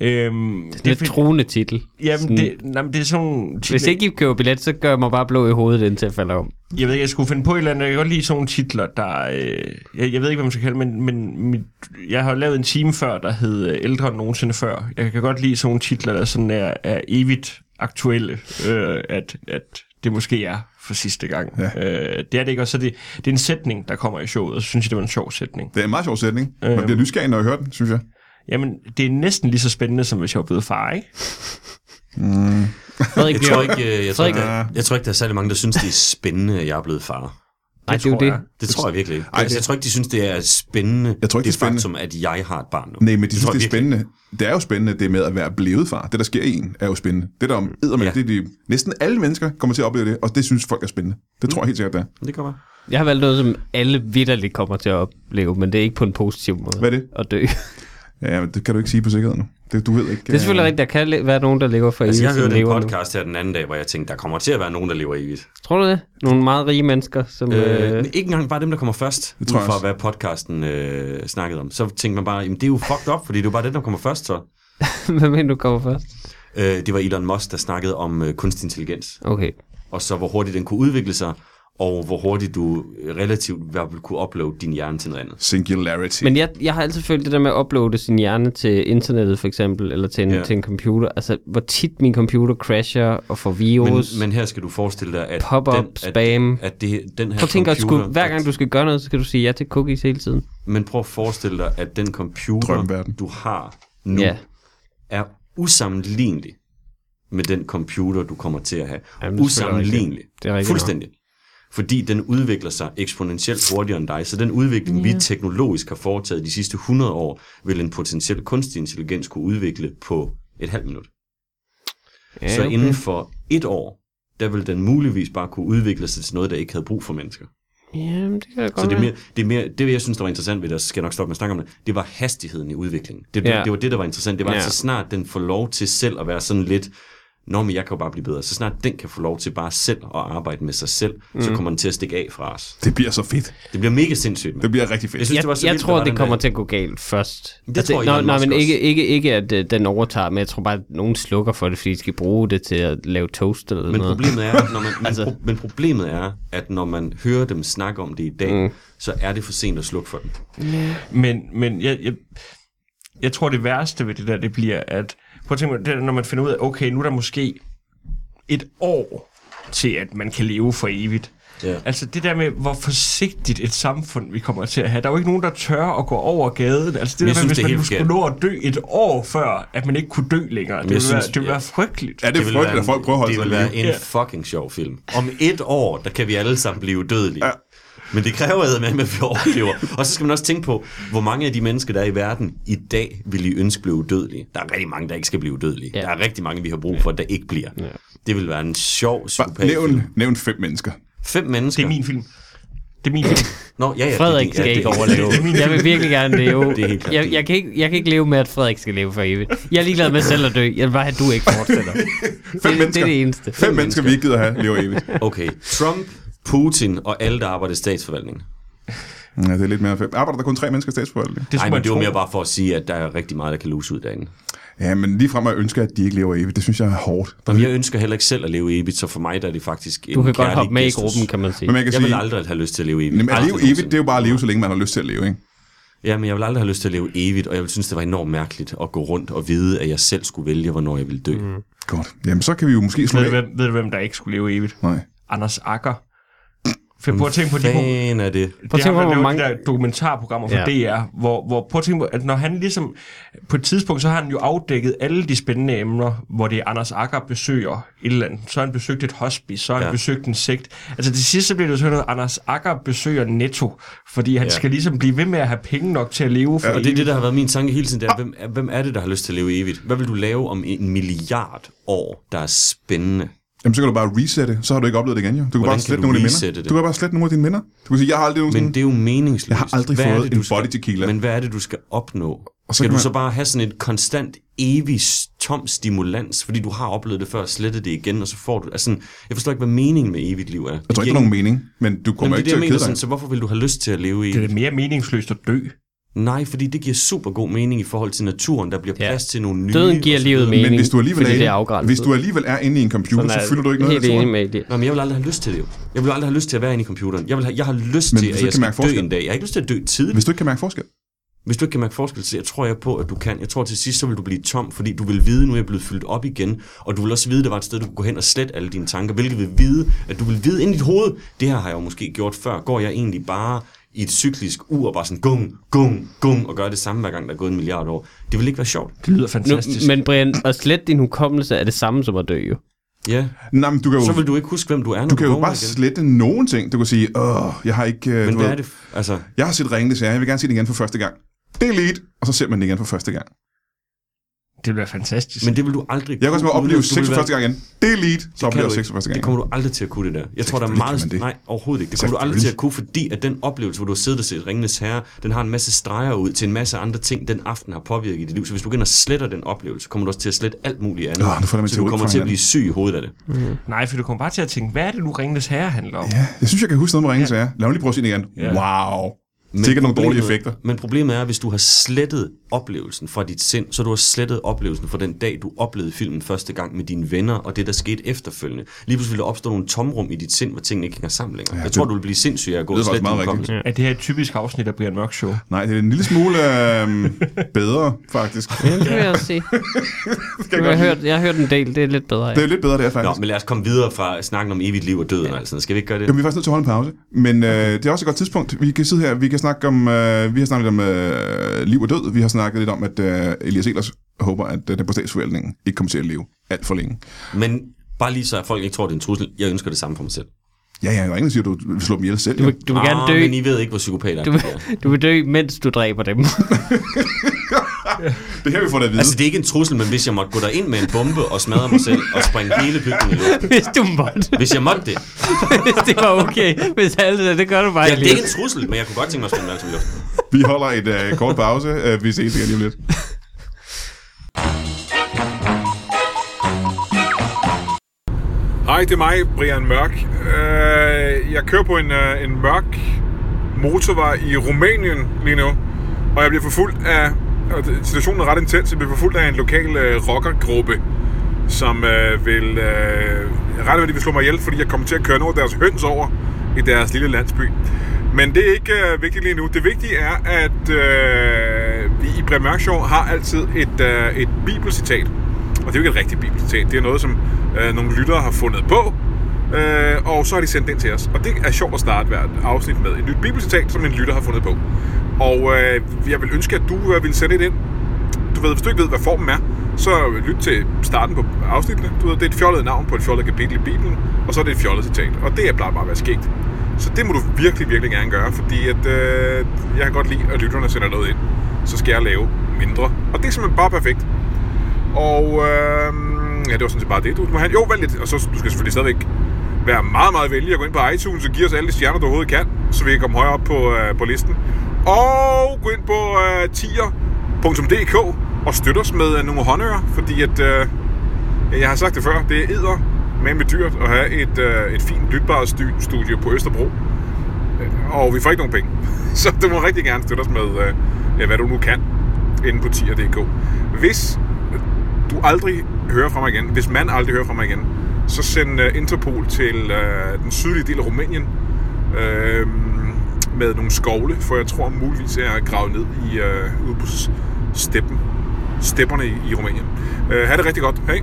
Speaker 2: Øhm,
Speaker 4: Det er en truende titel.
Speaker 2: Jamen,
Speaker 4: Sådan,
Speaker 2: det, nej, men det er sådan...
Speaker 4: Hvis ikke I køber billet, så gør jeg mig bare blå i hovedet, indtil jeg falder om.
Speaker 2: Jeg ved ikke, jeg skulle finde på et eller andet. Jeg kan godt lide sådan nogle titler, der... Øh, jeg, jeg ved ikke, hvad man skal kalde det, men, men mit, jeg har jo lavet en time før, der hed øh, Ældre end nogensinde før. Jeg kan godt lide sådan nogle titler, der sådan er, er evigt aktuelle, øh, at, at det måske er for sidste gang. Ja. Øh, det er det ikke, og så er det, det er en sætning, der kommer i showet, og så synes jeg, det var en sjov sætning.
Speaker 1: Det er en meget sjov sætning. Man bliver nysgerrig, når jeg hører den, synes jeg.
Speaker 2: Jamen, det er næsten lige så spændende, som hvis jeg var blevet far, ikke?
Speaker 4: Frederik,
Speaker 3: Jeg tror ikke, øh, jeg tror ikke,
Speaker 1: Frederik.
Speaker 3: jeg tror ikke, der er særlig mange, der synes, det er spændende, at jeg er blevet far.
Speaker 4: Nej, det er jo
Speaker 2: tror
Speaker 4: det.
Speaker 2: jeg.
Speaker 3: Det tror jeg virkelig ikke.
Speaker 1: Ej,
Speaker 3: Altså, jeg
Speaker 1: det-
Speaker 3: tror ikke, de synes, det er spændende,
Speaker 1: Jeg tror ikke,
Speaker 3: det,
Speaker 1: det er spændende.
Speaker 3: faktum, at jeg har et barn nu.
Speaker 1: Nej, men de synes,
Speaker 3: tror
Speaker 1: det er
Speaker 3: jeg
Speaker 1: spændende. Det er jo spændende, det med at være blevet far. Det, der sker i en, er jo spændende. Det, der om eddermænd, ja.
Speaker 3: Ja.
Speaker 1: det er de, næsten alle mennesker kommer til at opleve det, og det synes folk er spændende. Det tror jeg helt sikkert, det er.
Speaker 3: Det kommer.
Speaker 4: Jeg har valgt noget, som alle vidderligt kommer til at opleve, men det er ikke på en positiv måde.
Speaker 1: Hvad er det?
Speaker 4: At dø. Det
Speaker 1: Ja, men det kan du ikke sige på sikkerhed nu. Det, du ved ikke. øh,
Speaker 4: er selvfølgelig rigtigt. Der kan le- være nogen, der lever for
Speaker 3: Altså,
Speaker 4: evigt,
Speaker 3: jeg
Speaker 4: som
Speaker 3: hørte en
Speaker 4: lever nu.
Speaker 3: podcast her den anden dag, hvor jeg tænkte, der kommer til at være nogen, der lever evigt.
Speaker 4: Tror du det? Nogle meget rige mennesker, som...
Speaker 3: Øh,
Speaker 4: Øh,
Speaker 3: men ikke engang bare dem, der kommer først, det
Speaker 1: tror
Speaker 3: tror
Speaker 1: jeg
Speaker 3: ud fra
Speaker 1: også.
Speaker 3: hvad podcasten øh, snakkede om. Så tænkte man bare, jamen det er jo fucked up, fordi det er jo bare dem, der kommer først så.
Speaker 4: hvad mener du kommer først?
Speaker 3: Øh, det var Elon Musk, der snakkede om øh, kunstig intelligens,
Speaker 4: Okay.
Speaker 3: og så hvor hurtigt den kunne udvikle sig, og hvor hurtigt du øh, relativt i hvert fald kunne uploade din hjerne til noget andet.
Speaker 1: Singularity. Men,
Speaker 4: Men jeg, jeg har altid følt det der med at uploade sin hjerne til internettet, for eksempel, eller til en,
Speaker 3: Ja.
Speaker 4: yeah. til en computer. Altså, hvor tit min computer crasher og får virus.
Speaker 3: Men, men her skal du forestille dig, at,
Speaker 4: Pop-up, spam.
Speaker 3: at, at det, den her
Speaker 4: Prøv at tænke, at
Speaker 3: computer,
Speaker 4: skulle, hver gang du skal gøre noget, så skal du sige ja til cookies hele tiden.
Speaker 3: Men prøv at forestille dig, at den computer,
Speaker 1: Drømmeverden.
Speaker 3: du har nu,
Speaker 4: Ja.
Speaker 3: ja. er usammenlignelig med den computer, du kommer til at have.
Speaker 4: Jamen,
Speaker 3: Jamen,
Speaker 4: det er selvfølgelig
Speaker 3: usammenlignelig.
Speaker 4: rigtigt. Det er rigtigt nok.
Speaker 3: Fuldstændig. Fordi den udvikler sig eksponentielt hurtigere end dig, så den udvikling, vi teknologisk har foretaget de sidste 100 år, vil en potentiel kunstig intelligens kunne udvikle på et halvt minut.
Speaker 4: Ja,
Speaker 3: Så inden for et år, der vil den muligvis bare kunne udvikle sig til noget, der ikke havde brug for mennesker.
Speaker 4: Jamen, det kan jeg godt
Speaker 3: Så det, er
Speaker 4: være.
Speaker 3: mere, det, er mere, det, jeg synes, der var interessant ved det, og så skal jeg nok stoppe med at snakke om det, det var hastigheden i udviklingen. Det,
Speaker 4: Ja.
Speaker 3: ja. det var det, der var interessant. Det var,
Speaker 4: Ja.
Speaker 3: ja. så snart den får lov til selv at være sådan lidt, nå, men jeg kan jo bare blive bedre. Så snart den kan få lov til bare selv at arbejde med sig selv, mm. så kommer den til at stikke af fra os.
Speaker 1: det bliver så fedt.
Speaker 3: Det bliver mega sindssygt, mand.
Speaker 1: Det bliver rigtig fedt.
Speaker 3: Jeg synes, det var så
Speaker 4: jeg
Speaker 3: vildt, der
Speaker 4: tror,
Speaker 3: var
Speaker 4: det
Speaker 3: den
Speaker 4: kommer
Speaker 3: der-
Speaker 4: til at gå galt først.
Speaker 3: Det tror
Speaker 4: nej,
Speaker 3: Elon
Speaker 4: nej, men
Speaker 3: Musk
Speaker 4: ikke,
Speaker 3: også.
Speaker 4: ikke, ikke, at øh, den overtager, men jeg tror bare, at nogen slukker for det, fordi de skal bruge det til at lave toast eller
Speaker 3: Men
Speaker 4: noget.
Speaker 3: problemet, er, at når man,
Speaker 4: Altså.
Speaker 3: altså. pro, men problemet er, at når man hører dem snakke om det i dag, mm. så er det for sent at slukke for den.
Speaker 2: Men, men jeg, jeg, jeg tror, det værste ved det der, det bliver, at prøv at tænke, på, det, er, når man finder ud af, okay, nu er der måske et år til, at man kan leve for evigt.
Speaker 3: Ja.
Speaker 2: Altså det der med, hvor forsigtigt et samfund vi kommer til at have. Der er jo ikke nogen, der tør at gå over gaden. Altså det
Speaker 3: Men
Speaker 2: der
Speaker 3: jeg
Speaker 2: med,
Speaker 3: synes,
Speaker 2: hvis
Speaker 3: det er
Speaker 2: man nu
Speaker 3: helt
Speaker 2: skulle
Speaker 3: forkert.
Speaker 2: nå at dø et år før, at man ikke kunne dø længere. Det ville,
Speaker 3: jeg
Speaker 2: være,
Speaker 3: synes,
Speaker 2: det ville
Speaker 3: ja.
Speaker 2: være frygteligt.
Speaker 1: Ja, det er
Speaker 3: ville
Speaker 1: frygteligt,
Speaker 3: være
Speaker 1: at folk prøver at holde
Speaker 3: Det
Speaker 1: sig
Speaker 3: vil
Speaker 1: i
Speaker 3: være
Speaker 1: live.
Speaker 3: en
Speaker 2: Ja.
Speaker 3: fucking sjov film. Om et år, der kan vi alle sammen blive dødelige. Ja. Men det kræver med, at vi overlever. Og så skal man også tænke på, hvor mange af de mennesker, der er i verden i dag, vil I ønske blev udødelige. Der er rigtig mange, der ikke skal blive udødelige.
Speaker 4: Ja.
Speaker 3: Ja. Der er rigtig mange, vi har brug for, der ikke bliver. Ja. Det vil være en sjov,
Speaker 1: Bare
Speaker 3: psykopat
Speaker 1: nævn,
Speaker 3: film.
Speaker 1: nævn fem mennesker.
Speaker 3: Fem mennesker.
Speaker 2: Det er min film. Det er min film.
Speaker 3: Nå, ja, ja,
Speaker 4: Frederik
Speaker 3: det, er din-
Speaker 4: skal ikke
Speaker 3: det,
Speaker 4: overleve.
Speaker 2: det er min
Speaker 4: Jeg vil virkelig gerne leve.
Speaker 3: Det er helt klart
Speaker 4: jeg,
Speaker 3: din.
Speaker 4: jeg, kan ikke, jeg kan ikke leve med, at Frederik skal leve for evigt. Jeg er ligeglad med selv at dø. Jeg vil bare have, at du ikke fortsætter.
Speaker 1: Fem
Speaker 4: det, det
Speaker 1: mennesker.
Speaker 4: er det eneste.
Speaker 1: Fem mennesker, vi ikke gider have, lever evigt.
Speaker 3: Okay, Trump, Putin og alle, der arbejder i statsforvaltningen.
Speaker 1: Ja, det er lidt mere fedt. Arbejder der kun tre mennesker i statsforvaltningen?
Speaker 2: Det
Speaker 3: Nej,
Speaker 2: skulle
Speaker 3: men
Speaker 2: man
Speaker 3: det var
Speaker 2: tro.
Speaker 3: mere bare for at sige, at der er rigtig meget, der kan lose ud derinde.
Speaker 1: Ja, men ligefrem at jeg ønsker, at de ikke lever evigt, det synes jeg er hårdt.
Speaker 3: Jamen, jeg ønsker heller ikke selv at leve evigt, så for mig der er det faktisk en
Speaker 4: Du kan godt
Speaker 3: kærlig
Speaker 4: hoppe med i
Speaker 3: gestus.
Speaker 4: gruppen, kan man sige.
Speaker 1: Men man kan
Speaker 3: Jeg vil
Speaker 1: sige,
Speaker 3: aldrig have lyst til at leve evigt.
Speaker 1: jamen, at
Speaker 3: Aldrig
Speaker 1: leve evigt,
Speaker 3: nogensinde.
Speaker 1: det er jo bare at leve, så længe man har lyst til at leve, ikke?
Speaker 3: Ja, men jeg vil aldrig have lyst til at leve evigt, og jeg vil synes, det var enormt mærkeligt at gå rundt og vide, at jeg selv skulle vælge, hvornår jeg ville dø. Mm.
Speaker 1: Godt. Jamen, så kan vi jo måske slå
Speaker 2: Ved du,
Speaker 1: af.
Speaker 2: hvem, ved du, hvem der ikke skulle leve evigt?
Speaker 1: Nej.
Speaker 2: Anders Akker. For prøv at tænke på de på,
Speaker 3: Fan er det.
Speaker 4: Prøv at tænke på, hvor mange-
Speaker 2: der dokumentarprogrammer fra
Speaker 4: Ja.
Speaker 2: ja. DR, hvor, hvor prøv at tænke på, at når han ligesom, på et tidspunkt, så har han jo afdækket alle de spændende emner, hvor det er Anders Akker besøger et eller andet. Så har han besøgt et hospice, så har han
Speaker 3: Ja.
Speaker 2: ja. besøgt en sekt. Altså til sidst, så bliver det jo sådan noget, Anders Akker besøger Netto, fordi han ja. skal ligesom blive ved med at have penge nok til at leve for ja,
Speaker 3: Og det er det, der har været min tanke hele tiden, det er, hvem, er- hvem er det, der har lyst til at leve evigt? Hvad vil du lave om en milliard år, der er spændende?
Speaker 1: Jamen, så kan du bare resette, så har du ikke oplevet det igen, jo. Du kan
Speaker 3: Hvordan
Speaker 1: bare
Speaker 3: kan
Speaker 1: slette
Speaker 3: du
Speaker 1: nogle af dine
Speaker 3: resette
Speaker 1: minder.
Speaker 3: det?
Speaker 1: Du kan bare slette nogle af dine minder. Du kan sige, jeg har aldrig
Speaker 3: Men
Speaker 1: nogensinde...
Speaker 3: det er jo meningsløst.
Speaker 1: Mm. Jeg har aldrig
Speaker 3: Hvad er
Speaker 1: fået
Speaker 3: det, du
Speaker 1: en body tequila.
Speaker 3: Men hvad er det, du skal opnå?
Speaker 1: Og
Speaker 3: Og
Speaker 1: så
Speaker 3: så skal
Speaker 1: kan
Speaker 3: du
Speaker 1: man-
Speaker 3: så bare have sådan et konstant, evig, tom stimulans, fordi du har oplevet det før, slettet det igen, og så får du... Altså, sådan, jeg forstår ikke, hvad meningen med evigt liv er.
Speaker 1: Jeg tror ikke, der er nogen mening, men du
Speaker 3: Jamen,
Speaker 1: kommer
Speaker 3: det er
Speaker 1: ikke
Speaker 3: det,
Speaker 1: til
Speaker 3: jeg
Speaker 1: at
Speaker 3: mener,
Speaker 1: kede dig.
Speaker 3: sådan, så hvorfor vil du have lyst til at leve i?
Speaker 2: det er da mere meningsløst at dø.
Speaker 3: Nej, fordi det giver super god mening i forhold til naturen. Der bliver
Speaker 4: Ja.
Speaker 3: plads til nogle nye...
Speaker 4: Døden giver
Speaker 3: og så-
Speaker 4: livet mening,
Speaker 1: Men hvis du alligevel,
Speaker 4: fordi det er
Speaker 1: er, inde,
Speaker 4: afgrænset.
Speaker 1: hvis du alligevel er inde i en computer,
Speaker 4: Sådan
Speaker 1: så
Speaker 4: er jeg
Speaker 1: fylder du ikke noget af
Speaker 4: Helt enig
Speaker 1: naturen.
Speaker 4: med det.
Speaker 3: Nå, men jeg vil aldrig have lyst til det jo. Jeg vil aldrig have lyst til at være inde i computeren. Jeg, vil have, jeg har lyst
Speaker 1: Men
Speaker 3: til,
Speaker 1: hvis
Speaker 3: at
Speaker 1: du
Speaker 3: jeg
Speaker 1: ikke kan
Speaker 3: skal
Speaker 1: mærke
Speaker 3: dø
Speaker 1: forskel.
Speaker 3: en dag. Jeg har ikke lyst til at dø tidligt.
Speaker 1: Hvis du ikke kan mærke forskel.
Speaker 3: Hvis du ikke kan mærke forskel, så jeg tror jeg på, at du kan. Jeg tror til sidst, så vil du blive tom, fordi du vil vide, nu er jeg blevet fyldt op igen. Og du vil også vide, at der var et sted, du kunne gå hen og slette alle dine tanker, hvilket vil vide, at du vil vide ind i dit hoved, det her har jeg jo måske gjort før. Går jeg egentlig bare i et cyklisk ur og bare sådan gung, gung, gung, og gør det samme hver gang, der er gået en milliard år. Det vil ikke være sjovt.
Speaker 2: Det lyder
Speaker 4: Nu,
Speaker 2: fantastisk.
Speaker 4: men Brian, at slette din hukommelse er det samme som at dø jo.
Speaker 3: Ja.
Speaker 1: Nej, men du kan jo,
Speaker 3: Så vil du ikke huske, hvem du er, når
Speaker 1: du kan jo
Speaker 3: vågner
Speaker 1: bare
Speaker 3: igen.
Speaker 1: slette nogen ting. Du kan sige, åh, jeg har ikke... øh,
Speaker 3: Men
Speaker 1: du
Speaker 3: hvad
Speaker 1: ved,
Speaker 3: er det? f- Altså,
Speaker 1: Jeg har set ringende sager, jeg vil gerne se det igen for første gang. Delete, og så ser man det igen for første gang.
Speaker 2: Det ville være fantastisk.
Speaker 3: men det vil du aldrig
Speaker 1: Jeg kan også
Speaker 3: kunne,
Speaker 1: bare opleve
Speaker 3: uden at du
Speaker 1: sex
Speaker 3: vil
Speaker 1: for
Speaker 3: være-
Speaker 1: første gang igen. Delete, så
Speaker 3: Det kan
Speaker 1: oplever jeg
Speaker 3: du
Speaker 1: sex
Speaker 3: ikke.
Speaker 1: for første gang.
Speaker 3: Det kommer du aldrig til at kunne det der. Jeg tror, der er
Speaker 1: Selvfølgelig kan
Speaker 3: meget...
Speaker 1: man det.
Speaker 3: Nej, overhovedet ikke. Det kommer du aldrig til at kunne, fordi at den oplevelse, hvor du har siddet og set Ringenes Herre, den har en masse streger ud til en masse andre ting, den aften har påvirket i dit liv. Så hvis du går ind og sletter den oplevelse, kommer du også til at slette alt muligt andet.
Speaker 1: Åh, nu falder min
Speaker 3: så
Speaker 1: teori
Speaker 3: du kommer
Speaker 1: fra
Speaker 3: til at
Speaker 1: hinanden.
Speaker 3: blive syg i hovedet af det.
Speaker 2: Nej, for du kommer bare til at tænke, hvad er det nu Ringenes Herre handler om?
Speaker 1: Ja, jeg synes, jeg kan huske noget med ringende sager. Lad mig lige prøve at se det igen. Wow. Sikkert nogle dårlige
Speaker 3: problemet-
Speaker 1: effekter.
Speaker 3: Men problemet er, at hvis du har slettet oplevelsen fra dit sind, så du har slettet oplevelsen fra den dag, du oplevede filmen første gang med dine venner, og det, der skete efterfølgende. Lige pludselig vil der opstå nogle tomrum i dit sind, hvor tingene ikke hænger sammen længere. Ja, jeg tror, du vil blive sindssyg af at gå
Speaker 1: lyder
Speaker 3: og
Speaker 1: faktisk
Speaker 3: slette
Speaker 1: meget
Speaker 3: din
Speaker 1: rigtigt.
Speaker 3: hukommelse.
Speaker 2: Er det her et typisk afsnit af Brian Mørk Show?
Speaker 1: Nej, det er en lille smule øh, bedre, faktisk.
Speaker 4: Jamen, det vil jeg også sige. jeg, har hørt, jeg har hørt en del, det er lidt bedre. Ja.
Speaker 1: Det er lidt bedre, det er
Speaker 3: Nå,
Speaker 1: faktisk.
Speaker 3: men lad os komme videre fra snakken om evigt liv og døden. Ja. Altså. Skal vi ikke gøre
Speaker 1: Jamen,
Speaker 3: det?
Speaker 1: vi er faktisk nødt til at holde en pause, men øh, det er også et godt tidspunkt. Vi kan sidde her, vi kan snakke om, øh, vi har snakket om øh, liv og død, vi har snakket lidt om, at øh, Elias Ehlers håber, at øh, den på statsforvaltningen ikke kommer til at leve alt for længe.
Speaker 3: Men bare lige så at folk ikke tror, det er en trussel. Jeg ønsker det samme for mig selv.
Speaker 1: Ja, ja, der er ingen, der siger, at du vil slå dem ihjel selv.
Speaker 4: Du,
Speaker 1: jo.
Speaker 4: vil- du vil gerne dø,
Speaker 3: Ah, men I ved ikke, hvor psykopater
Speaker 4: du,
Speaker 3: du... er.
Speaker 4: vil- du vil dø, mens du dræber dem.
Speaker 1: Det er her, vi får det at vide.
Speaker 3: Altså, det er ikke en trussel, men hvis jeg måtte gå derind med en bombe og smadre mig selv og springe hele bygningen i luften.
Speaker 4: hvis du måtte.
Speaker 3: Hvis jeg måtte det.
Speaker 4: hvis det var okay. Hvis alle det, det gør du bare
Speaker 3: Ja,
Speaker 4: ja,
Speaker 3: det er ikke en trussel, men jeg kunne godt tænke mig at springe mig altså i luften.
Speaker 1: Vi holder et øh, kort pause. Øh, vi ses igen lige om lidt.
Speaker 6: Hej, det er mig, Brian Mørk. Øh, Jeg kører på en, øh, en mørk motorvej i Rumænien lige nu, og jeg bliver forfulgt af, og det- situationen er ret intens, jeg bliver forfulgt af en lokal øh, rockergruppe, som øh, vil, øh, ret vil, de vil slå mig ihjel, fordi jeg kommer til at køre over deres høns over i deres lille landsby. Men det er ikke øh, vigtigt lige nu. Det vigtige er, at øh, vi i Brian Mørk Show har altid et, øh, et bibelcitat. Og det er jo ikke et rigtigt bibelcitat. Det er noget, som øh, nogle lyttere har fundet på. Øh, og så har de sendt den til os. Og det er sjovt at starte hvert afsnit med et nyt bibelcitat, som en lytter har fundet på. Og øh, jeg vil ønske, at du øh, ville sende et ind. Du ved, hvis du ikke ved, hvad formen er, så lyt til starten på afsnittene. Du ved, det er et fjollet navn på et fjollet kapitel i Bibelen, og så er det et fjollet citat. Og det er bare bare at være skægt. Så det må du virkelig, virkelig gerne gøre, fordi at, øh, jeg kan godt lide, at lytterne sender noget ind. Så skal jeg lave mindre. Og det er simpelthen bare perfekt. Og øh, ja, det var sådan set bare det, du må have. Jo, vent lidt. Og så du skal selvfølgelig stadigvæk være meget, meget venlig at gå ind på iTunes og give os alle de stjerner, du overhovedet kan, så vi kan komme højere op på, øh, på listen. Og gå ind på øh, tier.dk og støtte os med øh, nogle håndører, fordi at, øh, jeg har sagt det før, det er edder med dyrt at have et, øh, et fint lytbart stu- studie på Østerbro og vi får ikke nogen penge. Så du må rigtig gerne støtte os med, øh, ja, hvad du nu kan, inde på tier.dk. Hvis du aldrig hører fra mig igen, hvis man aldrig hører fra mig igen, så send uh, Interpol til uh, den sydlige del af Rumænien uh, med nogle skovle, for jeg tror muligvis er gravet ned i, uh, ude på s- steppen. stepperne i, i Rumænien. Uh, ha' det rigtig godt. Hej.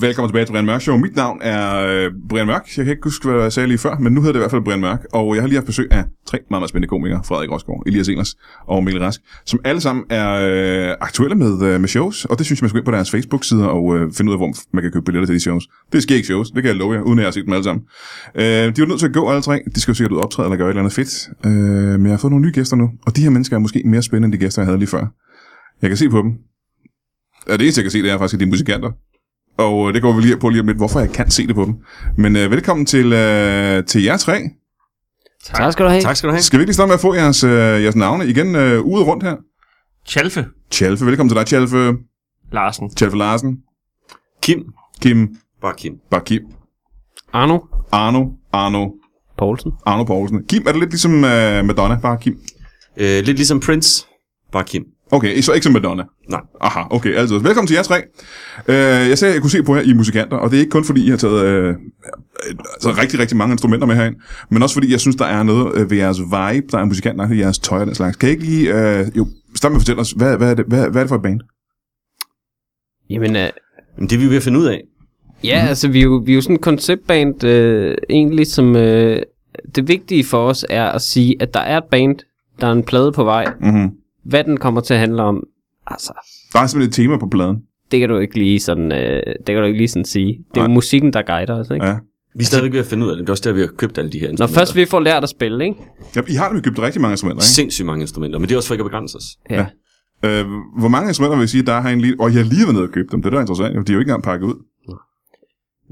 Speaker 1: Velkommen tilbage til Brian Mørk Show. Mit navn er øh, Brian Mørk. Jeg kan ikke huske, hvad jeg sagde lige før, men nu hedder det i hvert fald Brian Mørk. Og jeg har lige haft besøg af tre meget, meget spændende komikere. Frederik Rosgaard, Elias Eners og Mikkel Rask, som alle sammen er øh, aktuelle med, øh, med shows. Og det synes jeg, man skal gå ind på deres Facebook-sider og øh, finde ud af, hvor man kan købe billetter til de shows. Det sker ikke shows, det kan jeg love jer, uden at jeg har set dem alle sammen. Øh, de var nødt til at gå alle tre. De skal jo sikkert ud og optræde eller gøre et eller andet fedt. Øh, men jeg har fået nogle nye gæster nu, og de her mennesker er måske mere spændende end de gæster, jeg havde lige før. Jeg kan se på dem. Ja, det eneste, jeg kan se, det er faktisk, at de er musikanter. Og øh, det går vi lige på lige om lidt, hvorfor jeg kan se det på dem. Men øh, velkommen til, øh, til jer tre.
Speaker 4: Tak, tak skal du have.
Speaker 3: Tak skal du have.
Speaker 1: Skal vi ikke lige starte med at få jeres, øh, jeres navne igen øh, ude rundt her?
Speaker 2: Chalfe
Speaker 1: Tjalfe, velkommen til dig, Tjalfe.
Speaker 2: Larsen.
Speaker 1: Tjalfe Larsen,
Speaker 3: Kim.
Speaker 1: Kim,
Speaker 3: Bare Kim.
Speaker 1: Bakim,
Speaker 4: Arno
Speaker 1: Arno, Arno,
Speaker 4: Poulsen.
Speaker 1: Arno Poulsen. Kim er det lidt ligesom øh, Madonna, bare Kim.
Speaker 3: Øh, lidt ligesom Prince. Bare Kim.
Speaker 1: Okay, så ikke som Madonna.
Speaker 3: Nej.
Speaker 1: Aha, okay, altså. Velkommen til jer tre. Øh, jeg sagde, at jeg kunne se på jer, I er musikanter, og det er ikke kun fordi, I har taget øh, øh, altså, rigtig, rigtig mange instrumenter med herind, men også fordi, jeg synes, der er noget øh, ved jeres vibe, der er musikanter, i jeres tøj og den slags. Kan I ikke lige, øh, jo, start med at fortælle os, hvad, hvad, er det, hvad, hvad er det for et band?
Speaker 4: Jamen, øh,
Speaker 3: Men det er vi ved at finde ud af.
Speaker 4: Ja, altså vi er jo, vi er jo sådan en konceptband øh, egentlig, som øh, det vigtige for os er at sige, at der er et band, der er en plade på vej.
Speaker 1: Mm-hmm.
Speaker 4: Hvad den kommer til at handle om, altså,
Speaker 1: Der er simpelthen et tema på pladen.
Speaker 4: det kan du ikke lige sådan, øh, det kan du ikke lige sådan sige. Det er jo
Speaker 1: Nej.
Speaker 4: musikken, der guider os, ikke?
Speaker 1: Ja.
Speaker 3: Vi er stadigvæk ved at finde ud af det. Det er også der, vi har købt alle de her
Speaker 4: Når
Speaker 3: instrumenter.
Speaker 4: først vi får lært at spille, ikke?
Speaker 1: ja. I har nemlig købt rigtig mange instrumenter, ikke?
Speaker 3: Sindssygt mange instrumenter, men det er også for ikke at begrænse os.
Speaker 1: Ja. Øh, hvor mange instrumenter vil I sige, der er herinde lige... Og jeg har lige været nede og købt dem. Det er da interessant. jo. De er jo ikke engang pakket ud.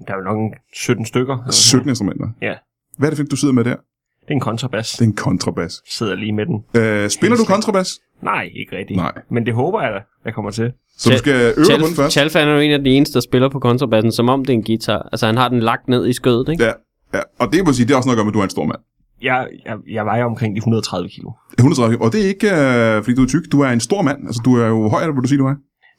Speaker 2: Der er jo nok en 17 stykker. eller sådan
Speaker 1: 17 instrumenter.
Speaker 2: Ja.
Speaker 1: Hvad er det for et, du sidder med der?
Speaker 2: noget. Det er en kontrabas.
Speaker 1: Det er en kontrabas.
Speaker 2: Sidder lige med den.
Speaker 1: Øh, spiller du kontrabas?
Speaker 2: Nej, ikke rigtigt.
Speaker 1: Nej.
Speaker 2: Men det håber jeg da, jeg kommer til.
Speaker 1: Så du skal øve dig på den først?
Speaker 4: Chalfa er jo en af de eneste, der spiller på kontrabassen, som om det er en guitar. Altså han har den lagt ned i skødet, ikke?
Speaker 1: Ja. ja. Og det må jeg sige, det er også noget at gøre med, at du er en stor mand.
Speaker 2: Jeg, jeg, jeg vejer omkring de 130 kilo.
Speaker 1: 130. Og det er ikke, øh, fordi du er tyk. Du er en stor mand. Altså, du er jo høj, eller vil du sige, du er?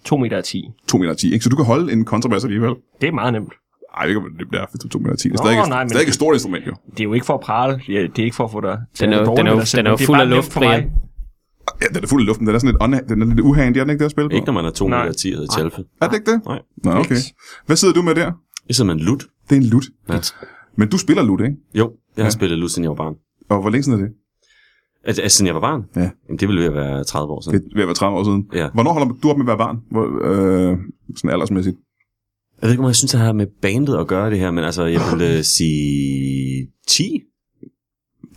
Speaker 2: 2 meter og 10.
Speaker 1: 2 meter 10, ikke? Så du kan holde en kontrabas alligevel.
Speaker 2: Det er meget nemt.
Speaker 1: Ej, det kan man nemt være, hvis du er 2 meter 10. Det er
Speaker 2: Nå,
Speaker 1: stadig,
Speaker 2: nej, men-
Speaker 1: stadig et stort instrument, jo.
Speaker 2: Det er jo ikke for at prale. Ja, Det er ikke for at få dig... til at
Speaker 4: er
Speaker 2: have
Speaker 4: jo-
Speaker 2: det dårligt
Speaker 4: den er jo-
Speaker 2: med dig selv,
Speaker 4: den er jo
Speaker 2: men det
Speaker 4: fuld
Speaker 2: bare
Speaker 4: af
Speaker 2: nemt
Speaker 4: luft,
Speaker 2: for mig.
Speaker 4: Brian.
Speaker 1: Ja, den er fuld af luften. Den er sådan lidt, unha- den er lidt uhagen, er den ikke det at spille på?
Speaker 3: Ikke når man er 2
Speaker 2: Nej.
Speaker 3: meter 10 hedder Tjalfe.
Speaker 1: Er det ikke det?
Speaker 3: Nej.
Speaker 1: Nå, okay. Hvad sidder du med der?
Speaker 3: Det sidder man lut.
Speaker 1: Det er en lut.
Speaker 3: Ja.
Speaker 1: Men du spiller lut, ikke?
Speaker 3: Jo, jeg har
Speaker 1: Ja.
Speaker 3: spillet lut, siden jeg var barn.
Speaker 1: Og hvor længe siden er det?
Speaker 3: Altså, altså, siden jeg var barn?
Speaker 1: Ja.
Speaker 3: Jamen, det ville ved at være 30 år siden.
Speaker 1: Det er ved at være 30 år siden.
Speaker 3: Ja.
Speaker 1: Hvornår holder du op med at være barn? Hvor, øh, sådan aldersmæssigt.
Speaker 3: Jeg ved ikke, om jeg synes, det har med bandet at gøre det her, men altså, jeg vil øh, sige 10.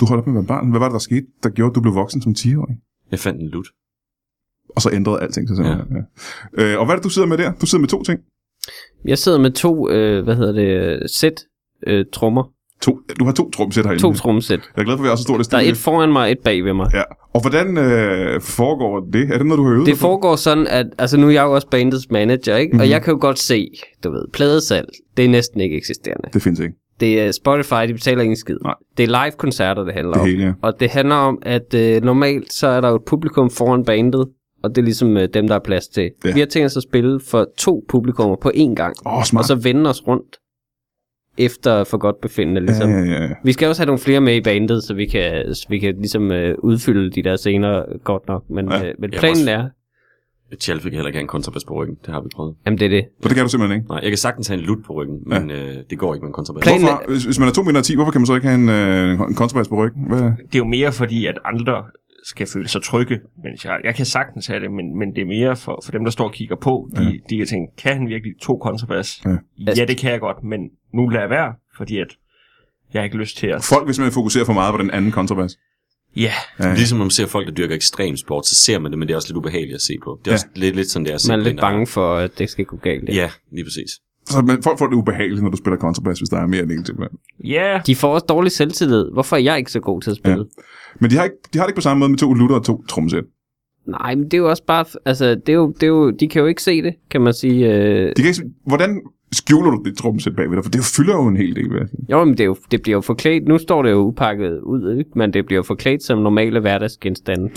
Speaker 1: Du holder op med at være barn. Hvad var det, der skete, der gjorde, at du blev voksen som 10-årig?
Speaker 3: Jeg fandt en lut.
Speaker 1: Og så ændrede alting sig simpelthen. Ja. Ja. Øh, og hvad er det, du sidder med der? Du sidder med to ting.
Speaker 4: Jeg sidder med to, øh, hvad hedder det, sæt øh, trommer.
Speaker 1: To, du har to trommesæt herinde.
Speaker 4: To trommesæt.
Speaker 1: Jeg er glad for, at vi har så stort et
Speaker 4: Der er
Speaker 1: studie.
Speaker 4: et foran mig og et bag ved mig.
Speaker 1: Ja. Og hvordan øh, foregår det? Er det Mhm. noget, du har øvet
Speaker 4: Det
Speaker 1: dig på?
Speaker 4: foregår sådan, at altså nu er jeg jo også bandets manager, ikke? Mm-hmm. og jeg kan jo godt se, du ved, pladesalg, det er næsten ikke eksisterende.
Speaker 1: Det findes ikke.
Speaker 4: Det er Spotify, de betaler ingen skid.
Speaker 1: Nej.
Speaker 4: Det er live-koncerter, det handler
Speaker 1: Det
Speaker 4: om.
Speaker 1: hele, ja.
Speaker 4: Og det handler om, at øh, normalt så er der jo et publikum foran bandet, og det er ligesom øh, dem, der er plads til.
Speaker 1: Ja.
Speaker 4: Vi har tænkt os at spille for to publikummer på én gang,
Speaker 1: Åh, oh,
Speaker 4: og
Speaker 1: smart.
Speaker 4: så vende os rundt efter for godt befindende, ligesom.
Speaker 1: ja, ja, ja.
Speaker 4: Vi skal også have nogle flere med i bandet, så vi kan, så vi kan ligesom øh, udfylde de der scener godt nok. Men,
Speaker 1: Ja.
Speaker 4: ja. øh, men
Speaker 3: Ja,
Speaker 4: planen
Speaker 3: også-
Speaker 4: er...
Speaker 3: Tjalfe kan heller ikke have en kontrabas på ryggen. Det har vi prøvet.
Speaker 4: Jamen, det er det.
Speaker 1: Så det kan du simpelthen ikke.
Speaker 3: Nej, jeg kan sagtens have en lut på ryggen, men øh, det går ikke med en kontrabas.
Speaker 4: Plan-
Speaker 1: Hvorfor, hvis, hvis man er 2 meter 10, hvorfor kan man så ikke have en, øh, en kontrabas på ryggen? Hvad?
Speaker 2: Det er jo mere fordi, at andre skal føle sig trygge. Men jeg, jeg kan sagtens have det, men, men det er mere for, for dem, der står og kigger på. De, ja. de kan tænke, kan han virkelig to kontrabas?
Speaker 1: Ja.
Speaker 2: Ja. ja, det kan jeg godt, men nu lader jeg være, fordi at jeg har ikke lyst til at...
Speaker 1: Folk vil simpelthen fokusere for meget på den anden kontrabas.
Speaker 2: Ja,
Speaker 1: Ja.
Speaker 3: Ligesom når man ser folk, der dyrker ekstrem sport, så ser man det, men det er også lidt ubehageligt at se på. Det er
Speaker 1: Ja.
Speaker 3: ja. også lidt, lidt sådan, det er at se
Speaker 4: Man er
Speaker 3: på
Speaker 4: lidt
Speaker 3: en
Speaker 4: bange for, at det skal gå galt.
Speaker 3: art.
Speaker 4: Ja.
Speaker 3: Ja, lige præcis.
Speaker 1: Så man, folk får det ubehageligt, når du spiller kontrabas, hvis der er mere end en ting. med.
Speaker 2: ja,
Speaker 4: De får også dårlig selvtillid. Hvorfor er jeg ikke så god til at spille? Ja.
Speaker 1: Men de har, ikke, de har det ikke på samme måde med to lutter og to trommesæt.
Speaker 4: Nej, men det er jo også bare... Altså, det er jo, det er jo, de kan jo ikke se det, kan man sige. Øh,
Speaker 1: De kan ikke, s- hvordan skjuler du det trommesæt bagved dig, for det fylder jo en hel del. Hvad?
Speaker 4: Jo, men det, er jo, det bliver jo forklædt. Nu står det jo upakket ud, ikke? men det bliver jo forklædt som normale hverdagsgenstande.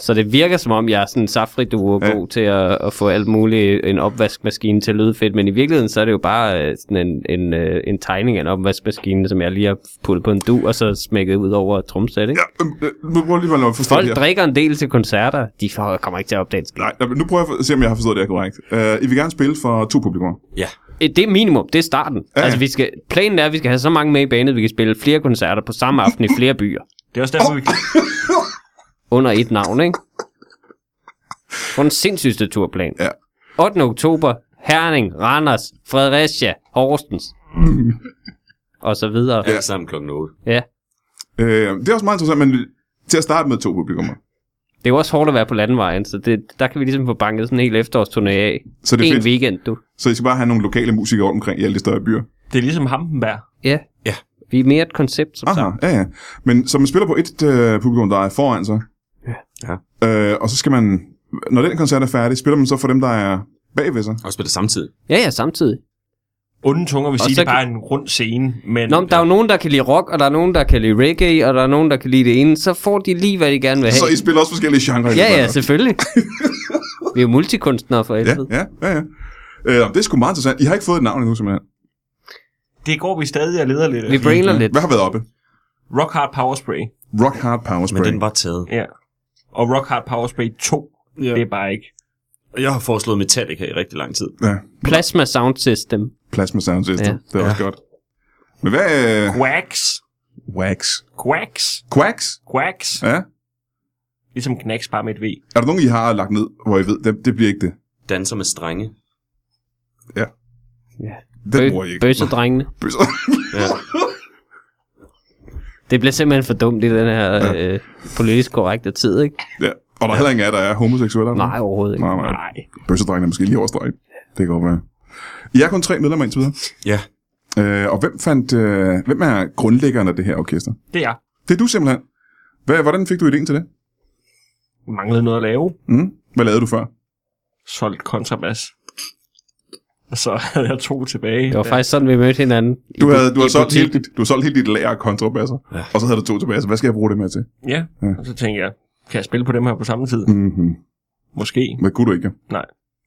Speaker 4: Så det virker som om, jeg er sådan en safri duo ja. god til at, at, få alt muligt, en opvaskemaskine til at lyde fedt, men i virkeligheden så er det jo bare øh, sådan en, en, øh, en tegning af en opvaskemaskine, som jeg lige har puttet på en du, og så smækket ud over tromsæt, ikke?
Speaker 1: Ja, øh, nu prøver jeg lige at forstå
Speaker 4: Folk
Speaker 1: det her.
Speaker 4: drikker en del til koncerter, de får- kommer ikke til at opdage en skid.
Speaker 1: Nej, nej, men nu prøver jeg at se, om jeg har forstået det her korrekt. Uh, I vil gerne spille for to publikummer.
Speaker 3: Ja.
Speaker 4: Øh, Det er minimum, det er starten.
Speaker 1: Ja, ja.
Speaker 4: Altså, vi skal, planen er, at vi skal have så mange med i banen, at vi kan spille flere koncerter på samme aften i flere byer.
Speaker 2: Det er også derfor, vi...
Speaker 4: under et navn, ikke? På den sindssygste turplan.
Speaker 1: Ja.
Speaker 4: 8. oktober, Herning, Randers, Fredericia, Horsens. Og så videre.
Speaker 3: Alle sammen klokken 8.
Speaker 4: Ja.
Speaker 1: Uh, det er også meget interessant, men til at starte med to publikummer.
Speaker 4: Det er jo også hårdt at være på landevejen, så det, der kan vi ligesom få banket sådan en hel efterårsturné af.
Speaker 1: Så det er
Speaker 4: en
Speaker 1: fedt.
Speaker 4: weekend, du.
Speaker 1: Så I skal bare have nogle lokale musikere rundt omkring i alle de større byer.
Speaker 2: Det er ligesom Hampenberg.
Speaker 4: Ja.
Speaker 3: Ja.
Speaker 4: Vi er mere et koncept, som
Speaker 1: Aha,
Speaker 4: sagt.
Speaker 1: ja, ja. Men så man spiller på et øh, publikum, der er foran sig.
Speaker 3: Ja.
Speaker 1: Øh, og så skal man, når den koncert er færdig, spiller man så for dem, der er bagved sig.
Speaker 3: Og spiller samtidig.
Speaker 4: Ja, ja, samtidig.
Speaker 2: Onde tunger vil
Speaker 4: Og
Speaker 2: sige,
Speaker 4: så
Speaker 2: det er bare en rund scene, men...
Speaker 4: Nå, men der er jo nogen, der kan lide rock, og der er nogen, der kan lide reggae, og der er nogen, der kan lide det ene. Så får de lige, hvad de gerne vil
Speaker 1: Så
Speaker 4: have.
Speaker 1: I spiller også forskellige genrer.
Speaker 4: Ja, ja, selvfølgelig. vi er jo multikunstnere for
Speaker 1: ja,
Speaker 4: helvede.
Speaker 1: ja, ja, ja. Øh, det er sgu meget interessant. I har ikke fået et navn endnu, simpelthen.
Speaker 2: Det går vi stadig og leder lidt.
Speaker 4: Vi brainer lidt.
Speaker 1: Hvad har været oppe?
Speaker 2: Rock Hard Power Spray.
Speaker 1: Rock Hard Power
Speaker 3: Men
Speaker 1: Spray.
Speaker 3: den var taget.
Speaker 2: Ja. Og Rock Hard Power Spray 2.
Speaker 3: Ja.
Speaker 2: Ja. Det er bare ikke...
Speaker 3: Jeg har foreslået Metallica i rigtig lang tid.
Speaker 1: Ja,
Speaker 4: Plasma Sound System.
Speaker 1: Plasma Sound System.
Speaker 4: Ja.
Speaker 1: Ja. Det er også godt. Men hvad øh,
Speaker 2: Quacks.
Speaker 1: Wax.
Speaker 2: Quacks.
Speaker 1: Quacks?
Speaker 2: Quacks.
Speaker 1: Ja.
Speaker 2: Ligesom knacks bare med et V.
Speaker 1: Er der nogen, I har lagt ned, hvor I ved, det, det bliver ikke det?
Speaker 3: Danser med strenge.
Speaker 1: Den
Speaker 4: Bø-
Speaker 1: bruger I ikke.
Speaker 4: Bøssedrengene.
Speaker 1: Bøsser.
Speaker 3: Ja.
Speaker 4: Det bliver simpelthen for dumt i den her ja. øh, politisk korrekte tid, ikke?
Speaker 1: ja. Og der er heller ingen af jer, der er homoseksuelle. er der?
Speaker 4: Nej, overhovedet ikke.
Speaker 1: Nej, nej.
Speaker 2: Nej.
Speaker 1: Bøssedrengen er måske lige overstreget. Det kan godt være. I er kun tre medlemmer indtil videre.
Speaker 3: Ja.
Speaker 1: Øh, og hvem, fandt, øh, hvem er grundlæggeren af det her orkester?
Speaker 2: Det er jeg.
Speaker 1: Det er du simpelthen. Hvad, hvordan fik du ideen til det?
Speaker 2: Vi manglede noget at lave.
Speaker 1: Mm? Hvad lavede du før?
Speaker 2: Solgt kontrabas. Og så havde jeg to tilbage.
Speaker 4: Det var faktisk sådan, vi mødte hinanden.
Speaker 1: Du havde, du
Speaker 4: har
Speaker 1: havde, solgt, helt dit, du havde solgt helt dit lager af kontrabasser, ja. og så havde du to tilbage. Så hvad skal jeg bruge det med til?
Speaker 2: Ja.
Speaker 1: Ja.
Speaker 2: Og så tænkte jeg, kan jeg spille på dem her på samme tid?
Speaker 1: Mm-hmm.
Speaker 2: Måske.
Speaker 1: Men kunne du ikke?
Speaker 2: Nej.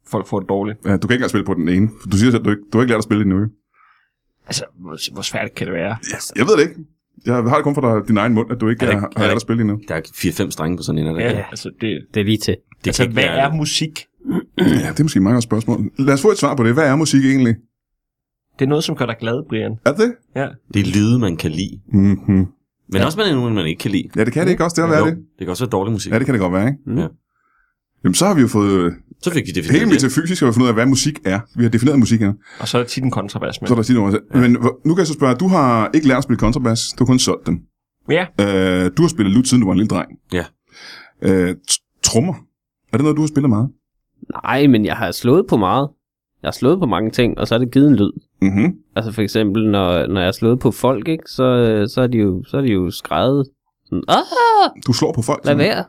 Speaker 2: Folk får det dårligt.
Speaker 1: Ja, du kan ikke engang spille på den ene. Du siger selv, du, ikke, du har ikke lært at spille endnu. jo.
Speaker 2: Altså, hvor, hvor svært kan det være?
Speaker 1: Jeg ved det ikke. Jeg har det kun fra dig- din egen mund, at du ikke
Speaker 3: Er det-
Speaker 1: har,
Speaker 3: er
Speaker 1: har
Speaker 3: det-
Speaker 1: lært at spille endnu.
Speaker 3: Der er 4-5 strenge på sådan en af det.
Speaker 2: Ja,
Speaker 3: Det
Speaker 2: ja. altså det...
Speaker 4: Det er lige til.
Speaker 2: det altså,
Speaker 3: ikke
Speaker 2: hvad
Speaker 3: være-
Speaker 2: er musik?
Speaker 1: Ja, det er måske et meget godt spørgsmål. Lad os få et svar på det. Hvad er musik egentlig?
Speaker 2: Det er noget, som gør dig glad, Brian.
Speaker 1: Er det det?
Speaker 2: Ja.
Speaker 3: Det er lyde, man kan lide.
Speaker 1: Mm-hmm.
Speaker 3: Men ja. også med nogen, man ikke kan lide.
Speaker 1: Ja, det kan det ikke også. Det har
Speaker 3: Jo,
Speaker 1: været det.
Speaker 3: det kan også være dårlig musik.
Speaker 1: Ja, det kan det godt være, ikke?
Speaker 4: Mm.
Speaker 3: Ja.
Speaker 1: Jamen, så har vi jo fået øh,
Speaker 3: Så fik vi det.
Speaker 1: hele metafysisk, og vi har fundet ud af, hvad musik er. Vi har defineret musik her.
Speaker 2: Og så er det tit en kontrabas med.
Speaker 1: Så er der tit over til. Men hvor- nu kan jeg så spørge, du har ikke lært at spille kontrabas, du har kun solgt dem.
Speaker 2: Ja,
Speaker 1: Øh, du har spillet lut, siden du var en lille dreng.
Speaker 3: Ja.
Speaker 1: Øh, tr- trommer. Er det noget, du har spillet meget?
Speaker 4: Nej, men jeg har slået på meget. Jeg har slået på mange ting, og så er det givet en lyd.
Speaker 3: Mm-hmm.
Speaker 1: Mhm.
Speaker 4: Altså for eksempel, når, når jeg har slået på folk, ikke, så, øh, så, er, de jo, så er de jo skrevet. Sådan, ah,
Speaker 1: Du slår på folk.
Speaker 4: lad
Speaker 1: simpelthen.
Speaker 4: være.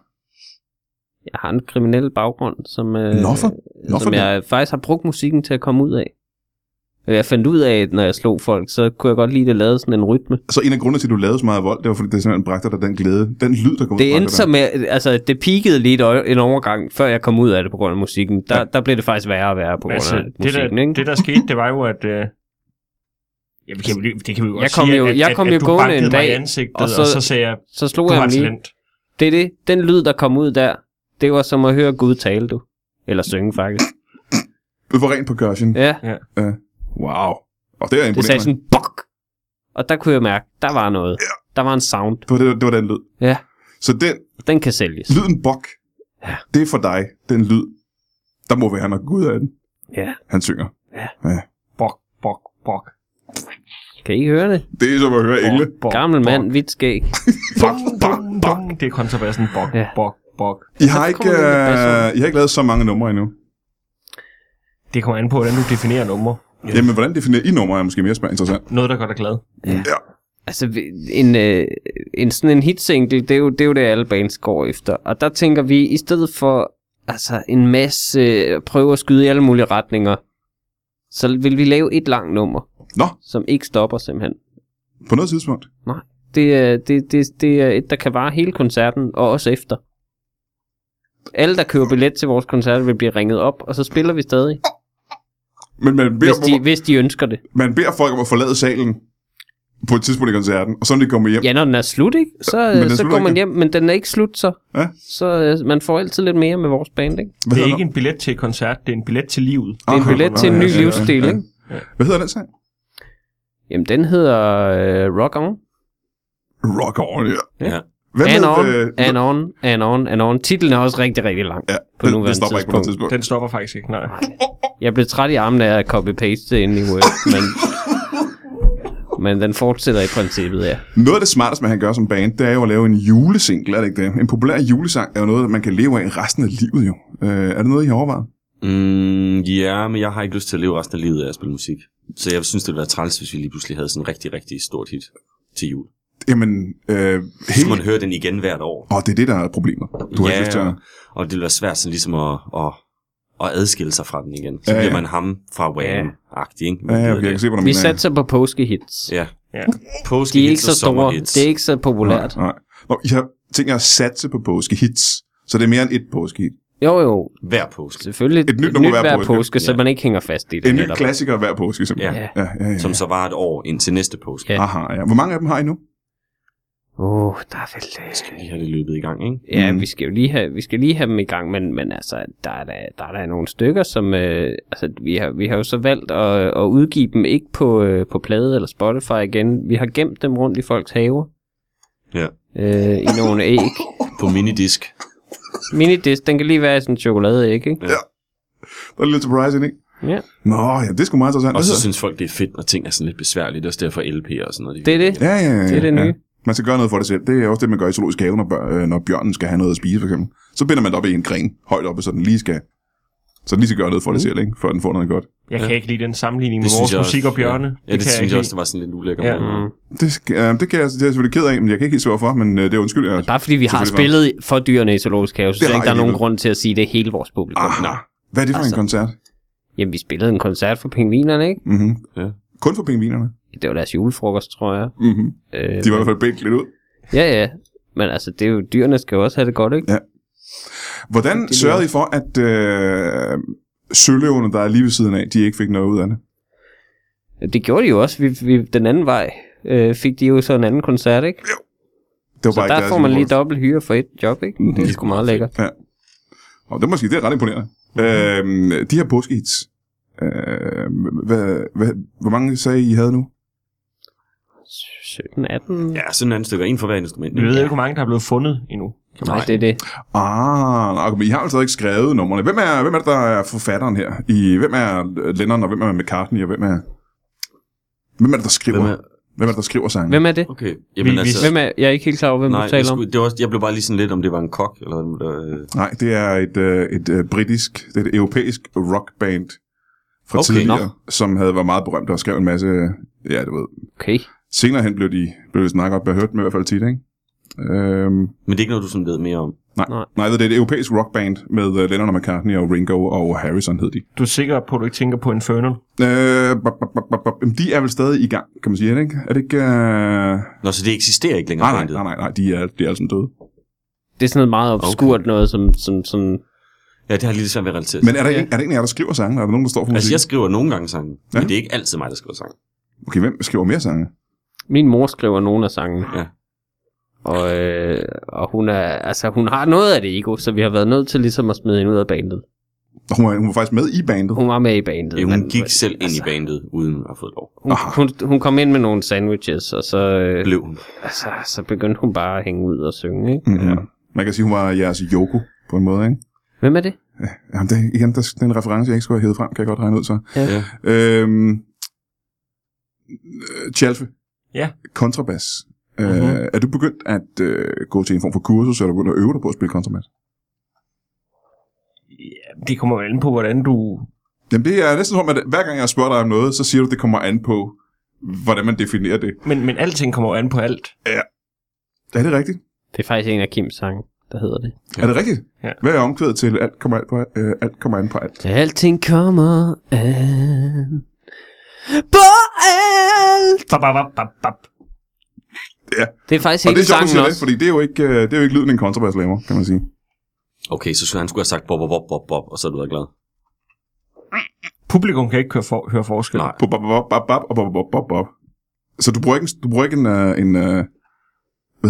Speaker 4: Jeg har en kriminel baggrund, som, øh,
Speaker 1: Nå for- nå for
Speaker 4: som
Speaker 1: det.
Speaker 4: jeg faktisk har brugt musikken til at komme ud af. Jeg fandt ud af, at når jeg slog folk, så kunne jeg godt lide, at det lavede sådan en rytme.
Speaker 1: Så en af grundene til, at du lavede så meget vold, det var, fordi det simpelthen bragte dig den glæde, den lyd, der går ud
Speaker 4: Det
Speaker 1: fra
Speaker 4: endte så
Speaker 1: dig.
Speaker 4: med, altså det peakede lige et øje- en overgang, før jeg kom ud af det på grund af musikken. Der, ja. der blev det faktisk værre og værre på grund
Speaker 2: altså,
Speaker 4: af
Speaker 2: det,
Speaker 4: musikken,
Speaker 2: der,
Speaker 4: ikke?
Speaker 2: det der skete, det var jo, at... Øh, ja, vi kan, jo- det kan vi jo
Speaker 4: Jeg
Speaker 2: også
Speaker 4: kom
Speaker 2: sige,
Speaker 4: jo-
Speaker 2: at,
Speaker 4: jeg
Speaker 2: at,
Speaker 4: kom
Speaker 2: at,
Speaker 4: jo
Speaker 2: du
Speaker 4: gående
Speaker 2: bankede
Speaker 4: en
Speaker 2: mig
Speaker 4: dag,
Speaker 2: i ansigtet,
Speaker 4: og
Speaker 2: og
Speaker 4: så-
Speaker 2: så, og så sagde jeg,
Speaker 4: Så slog
Speaker 2: du har
Speaker 4: jeg ham lige.
Speaker 2: talent.
Speaker 4: Det er det. Den lyd, der kom ud der, det var som at høre Gud tale, du. Eller synge, faktisk.
Speaker 1: Det var ren percussion. Ja.
Speaker 4: Ja,
Speaker 1: Wow. Og det er
Speaker 4: det sagde
Speaker 1: imponerende.
Speaker 4: sådan, bok! Og der kunne jeg mærke, der var noget. Der var en sound.
Speaker 1: Det var, det, det var den lyd.
Speaker 4: Ja,
Speaker 1: Så den
Speaker 4: den kan sælges.
Speaker 1: lyden bok,
Speaker 4: Ja.
Speaker 1: det er for dig, den lyd. Der må være, når Gud er den.
Speaker 4: Ja,
Speaker 1: Han synger.
Speaker 2: Bok, bok, bok.
Speaker 4: kan I høre det?
Speaker 1: Det er som at høre engle.
Speaker 2: bok,
Speaker 4: Gammel
Speaker 2: bok,
Speaker 4: mand, hvidt skæg.
Speaker 1: Bok, bok,
Speaker 2: Bong,
Speaker 1: bok.
Speaker 2: bong. Det er kontrabassen. Bok,
Speaker 4: Ja.
Speaker 2: bok, bok.
Speaker 1: I har, ikke,
Speaker 4: kommer det lidt bas
Speaker 1: øh, I har ikke lavet så mange numre endnu.
Speaker 2: Det kommer an på, hvordan du definerer nummer.
Speaker 1: Ja. Jamen, hvordan definerer I numre, er måske mere spændende interessant.
Speaker 2: Noget, der gør dig glad.
Speaker 4: Altså, vi- en, øh, en sådan en hitsingle, det er, jo, det er jo det, alle bands går efter. Og der tænker vi, i stedet for altså, en masse øh, prøve at skyde i alle mulige retninger, så vil vi lave et langt nummer,
Speaker 1: Nå,
Speaker 4: som ikke stopper simpelthen.
Speaker 1: på noget tidspunkt.
Speaker 4: Nej. Det, er- det, det, det er et, der kan vare hele koncerten, og også efter. Alle, der køber billet til vores koncert, vil blive ringet op, og så spiller vi stadig,
Speaker 1: Men man beder,
Speaker 4: hvis de, hvis de ønsker det.
Speaker 1: man beder folk om at forlade salen på et tidspunkt i koncerten, og så når de kommer hjem,
Speaker 4: Ja, når den er slut, ikke? Så,
Speaker 1: Men den
Speaker 4: øh, så
Speaker 1: slutter
Speaker 4: går man
Speaker 1: ikke.
Speaker 4: hjem, men den er ikke slut så.
Speaker 1: Ja.
Speaker 4: Så øh, man får altid lidt mere med vores band, ikke?
Speaker 1: hvad
Speaker 2: Det er
Speaker 1: hedder
Speaker 2: ikke en billet til et koncert, det er en billet til livet.
Speaker 4: Det er en
Speaker 1: Aha,
Speaker 4: billet til en
Speaker 1: ah, ja,
Speaker 4: ny
Speaker 1: ja, ja,
Speaker 4: livsstil,
Speaker 1: ja.
Speaker 4: ikke?
Speaker 1: Hvad hedder den sang?
Speaker 4: Jamen, den hedder øh, Rock On.
Speaker 1: Rock on, ja.
Speaker 3: Ja.
Speaker 1: Hvad
Speaker 4: And
Speaker 1: med,
Speaker 4: on,
Speaker 1: øh,
Speaker 4: and on, and on, and on. Titlen er også rigtig, rigtig lang.
Speaker 1: ja,
Speaker 4: på
Speaker 1: det, det
Speaker 4: nuværende
Speaker 1: stopper ikke på noget tidspunkt.
Speaker 2: Den stopper faktisk ikke, nej.
Speaker 4: Jeg blev træt i armen af at copy-paste det ind i Word, men, men den fortsætter i princippet, ja.
Speaker 1: Noget af det smarteste, man kan gøre som band, det er jo at lave en julesingle, er det ikke det? En populær julesang er jo noget, man kan leve af resten af livet jo. Øh, er det noget, I har overvejet?
Speaker 3: Mm, ja, men jeg har ikke lyst til at leve resten af livet af at spille musik. Så jeg synes, det ville være træls, hvis vi lige pludselig havde sådan en rigtig, rigtig stort hit til jul.
Speaker 1: Jamen, øh,
Speaker 3: Så skal
Speaker 1: helt...
Speaker 3: man høre den igen hvert år.
Speaker 1: Og det er det, der er problemet. Du har
Speaker 3: ja,
Speaker 1: ikke lyst til at...
Speaker 3: og det ville være svært sådan ligesom at, at, at adskille sig fra den igen. Så
Speaker 1: Ja,
Speaker 3: ja,
Speaker 1: ja.
Speaker 3: bliver man ham fra Wham-agtig, ikke? Man
Speaker 1: Ja,
Speaker 3: gider
Speaker 1: okay, jeg kan
Speaker 3: det.
Speaker 1: se, hvor du
Speaker 4: Vi
Speaker 1: mener.
Speaker 4: satser på påskehits.
Speaker 3: Ja.
Speaker 2: Ja.
Speaker 3: Påske
Speaker 4: De er ikke så store. Det er ikke så populært.
Speaker 1: Nej, nej. Nå, I har tænkt jer at satse på påskehits, så det er mere end et påskehit.
Speaker 4: Jo, jo.
Speaker 3: Hver påske,
Speaker 4: Selvfølgelig et,
Speaker 1: Et nyt
Speaker 4: nyt,
Speaker 1: nummer
Speaker 4: hver,
Speaker 1: hver
Speaker 4: påske,
Speaker 1: påske.
Speaker 4: så
Speaker 3: Ja.
Speaker 4: man ikke hænger fast i det.
Speaker 1: En ny
Speaker 4: netop.
Speaker 1: klassiker hver påske, simpelthen.
Speaker 4: Ja.
Speaker 1: ja, ja, ja.
Speaker 3: som så var et år indtil næste påske.
Speaker 4: Ja.
Speaker 1: Aha, ja. Hvor mange af dem har I nu?
Speaker 4: Åh, oh, der er vel... øh,
Speaker 3: Vi har det løbet i gang, ikke?
Speaker 4: Ja,
Speaker 1: Mm.
Speaker 4: mm. vi, skal jo lige have, vi skal lige have dem i gang, men, men altså, der er da, der er da nogle stykker, som... Øh, altså, vi har, vi har jo så valgt at, at udgive dem ikke på, øh, på plade eller Spotify igen. Vi har gemt dem rundt i folks haver.
Speaker 3: Ja.
Speaker 4: Øh, I nogle æg.
Speaker 3: På minidisk.
Speaker 4: Minidisc, den kan lige være i sådan en chokoladeæg, ikke?
Speaker 1: Der er lidt surprise, ikke?
Speaker 4: Ja.
Speaker 1: Nå, ja, det er sgu meget interessant.
Speaker 3: Og
Speaker 1: Hvad
Speaker 3: så
Speaker 1: hedder-
Speaker 3: synes folk, det er fedt, når ting er sådan lidt besværligt, også derfor LP og sådan noget.
Speaker 4: Det er det.
Speaker 1: Ja, ja, ja.
Speaker 4: Det er det
Speaker 1: ja.
Speaker 4: nye.
Speaker 1: Man skal gøre noget for det selv. Det er også det, man gør i zoologisk have, når, bør, øh, når bjørnen skal have noget at spise, for eksempel. Så binder man det op i en gren, højt oppe, så den lige skal, så den lige skal gøre noget for det
Speaker 4: Mm.
Speaker 1: selv, ikke? før den får noget godt.
Speaker 2: Jeg kan ikke lide den sammenligning med
Speaker 3: synes
Speaker 2: vores
Speaker 3: jeg også-
Speaker 2: musik og bjørne.
Speaker 3: Ja, det, det
Speaker 2: kan
Speaker 3: synes jeg
Speaker 2: ikke
Speaker 3: også, det var sådan lidt ulækkert.
Speaker 2: Ja.
Speaker 3: Ja.
Speaker 2: Mm.
Speaker 1: Det, skal, øh, det, kan jeg, det er jeg selvfølgelig ked af, men jeg kan ikke helt svare for, men øh, det er undskyld. Jeg,
Speaker 4: Bare fordi vi har
Speaker 1: Selvfølgelig
Speaker 4: spillet for dyrene i zoologisk have, så
Speaker 1: Det
Speaker 4: synes jeg
Speaker 1: har
Speaker 4: ikke, der
Speaker 1: I
Speaker 4: er nogen
Speaker 1: lige
Speaker 4: grund til at sige, at det er hele vores publikum.
Speaker 1: Ah,
Speaker 4: Nå.
Speaker 1: Hvad er det for altså.
Speaker 4: Altså.
Speaker 1: en koncert?
Speaker 4: Jamen, vi spillede en koncert for pingvinerne, ikke?
Speaker 1: Mm-hmm.
Speaker 3: Ja.
Speaker 1: Kun for pingvinerne.
Speaker 4: Det var deres julefrokost, tror jeg.
Speaker 3: Mhm.
Speaker 1: Mm-hmm.
Speaker 4: Øh,
Speaker 1: De var i hvert fald bændt lidt ud.
Speaker 4: Ja, ja. Men altså, det er jo, dyrene skal jo også have det godt, ikke?
Speaker 1: Hvordan
Speaker 4: det
Speaker 1: sørgede
Speaker 4: lyder-
Speaker 1: I for, at øh, søløverne, der er lige ved siden af, de ikke fik noget ud af det?
Speaker 4: Det gjorde de jo også. Vi, vi, den anden vej øh, fik de jo så en anden koncert, ikke?
Speaker 1: Det var
Speaker 4: Så
Speaker 1: bare ikke
Speaker 4: der
Speaker 1: deres
Speaker 4: får man lige
Speaker 1: julefrokost.
Speaker 4: dobbelt hyre for et job, ikke? Det er sgu meget lækkert.
Speaker 1: Og det er måske det er ret imponerende.
Speaker 4: Mhm.
Speaker 1: Mm-hmm. Øh, de her påskehits. Øh, hvad, hvad, hvor mange sagde I, I havde nu?
Speaker 4: 17, 18?
Speaker 3: ja, sådan en anden stykker. En for hver instrument.
Speaker 2: Vi ved ikke, hvor mange, der er blevet fundet endnu.
Speaker 4: Nej, det er det.
Speaker 1: Ah, nej, men I har altså ikke skrevet numrene. Hvem er, hvem er det, der er forfatteren her? I, hvem er Lennon, og hvem er McCartney, og hvem er... Hvem er det, der skriver?
Speaker 3: Hvem
Speaker 1: Hvem er, hvem
Speaker 3: er,
Speaker 1: er det, der skriver sangen?
Speaker 4: Hvem er det?
Speaker 3: okay. Jamen,
Speaker 2: Vi- vi-
Speaker 3: altså,
Speaker 4: Hvem er, jeg er ikke helt klar over, hvem
Speaker 3: nej,
Speaker 4: du
Speaker 3: jeg,
Speaker 4: taler om.
Speaker 3: skulle, det var også, jeg blev bare lige sådan lidt, om det var en kok, eller om der, øh,
Speaker 1: Nej, det er et, øh, et øh, britisk, det er et europæisk rockband fra
Speaker 3: Okay,
Speaker 1: okay, tidligere, no. som havde været meget berømt og skrev en masse... Ja, du ved.
Speaker 4: Okay.
Speaker 1: Senere hen blev de, blev de snakket op, jeg hørte dem i hvert fald tit, ikke? Øhm,
Speaker 3: men det er ikke noget, du sådan ved mere om.
Speaker 1: Nej, det er et europæisk rockband med uh, Lennon og McCartney og Ringo og Harrison hed de.
Speaker 2: Du er sikker på, at du ikke tænker på Infernal?
Speaker 1: Øh, bop, bop, bop, bop, bop. Jamen, de er vel stadig i gang, kan man sige, er det ikke? Er det ikke... Uh...
Speaker 3: Nå, så det eksisterer ikke længere.
Speaker 1: Nej, nej,
Speaker 3: bandet.
Speaker 1: nej, nej, nej, de er, de er altså døde.
Speaker 4: Det er sådan noget meget obskurt okay. noget, som, som, som...
Speaker 3: Ja, det har jeg lige svært ved at relatere.
Speaker 1: Men
Speaker 3: Men,
Speaker 1: er der, ikke, er der egentlig jer, der skriver sange? Er der nogen, der står for
Speaker 3: altså,
Speaker 1: musik?
Speaker 3: jeg skriver nogle gange sange, ja.
Speaker 1: Ja.
Speaker 3: men det er ikke altid mig, der skriver sange.
Speaker 1: Okay, hvem skriver mere sange?
Speaker 4: Min mor skriver nogle af sangene.
Speaker 3: Ja.
Speaker 4: Og, øh, og hun, er, altså, hun har noget af det ego, så vi har været nødt til ligesom at smide hende ud af bandet.
Speaker 1: Hun var, hun var faktisk med i bandet.
Speaker 4: Hun var med i bandet.
Speaker 3: Ja, hun
Speaker 4: men-
Speaker 3: gik selv ind i
Speaker 4: altså,
Speaker 3: bandet, uden at have fået lov.
Speaker 4: Hun, hun, hun kom ind med nogle sandwiches, og så, øh,
Speaker 3: Blev hun.
Speaker 4: altså, så begyndte hun bare at hænge ud og synge. Ikke?
Speaker 1: Mm-hmm. Ja. Man kan sige, hun var jeres Yoko på en måde, ikke?
Speaker 4: Hvem er det?
Speaker 1: Jamen, det, er- igen, der, det er en reference, jeg ikke skulle have hævet frem, kan jeg godt regne ud så.
Speaker 4: Ja.
Speaker 3: Ja.
Speaker 1: Øhm, øh, Tjalfe.
Speaker 2: Ja.
Speaker 1: Kontrabas. Øh,
Speaker 4: Mm-hmm.
Speaker 1: Er du begyndt at øh, gå til en form for kursus, eller er du begyndt at øve dig på at spille kontrabas?
Speaker 2: Ja, det kommer jo an på, hvordan du...
Speaker 1: Jamen det er næsten som, at hver gang jeg spørger dig om noget, så siger du, at det kommer an på, hvordan man definerer det.
Speaker 2: Men, men alting kommer jo an på alt.
Speaker 1: Er det rigtigt?
Speaker 4: Det er faktisk en af Kims sange. der hedder det.
Speaker 1: Ja. Er det rigtigt?
Speaker 2: Ja.
Speaker 1: Hvad er omkvædet til alt kommer an på, øh, alt kommer an på alt?
Speaker 4: Alting kommer an på alt.
Speaker 2: Bap, bap, bap, bap.
Speaker 4: Det er faktisk
Speaker 1: Og det
Speaker 4: hele
Speaker 1: er sjovt, du
Speaker 4: sangen
Speaker 1: siger det,
Speaker 4: også.
Speaker 1: fordi det er jo ikke, øh, det er jo ikke lyden, en kontrabas laver, kan man sige.
Speaker 3: Okay, så skulle han skulle have sagt bob, bob, bob, bob, bob, og så er du været glad.
Speaker 2: Publikum kan ikke køre for, høre forskel.
Speaker 3: Nej.
Speaker 1: På bop, bop, bop, bop, og bop, bop, bop, bop. Så du bruger ikke, en- du bruger ikke en, øh, en, øh, hvad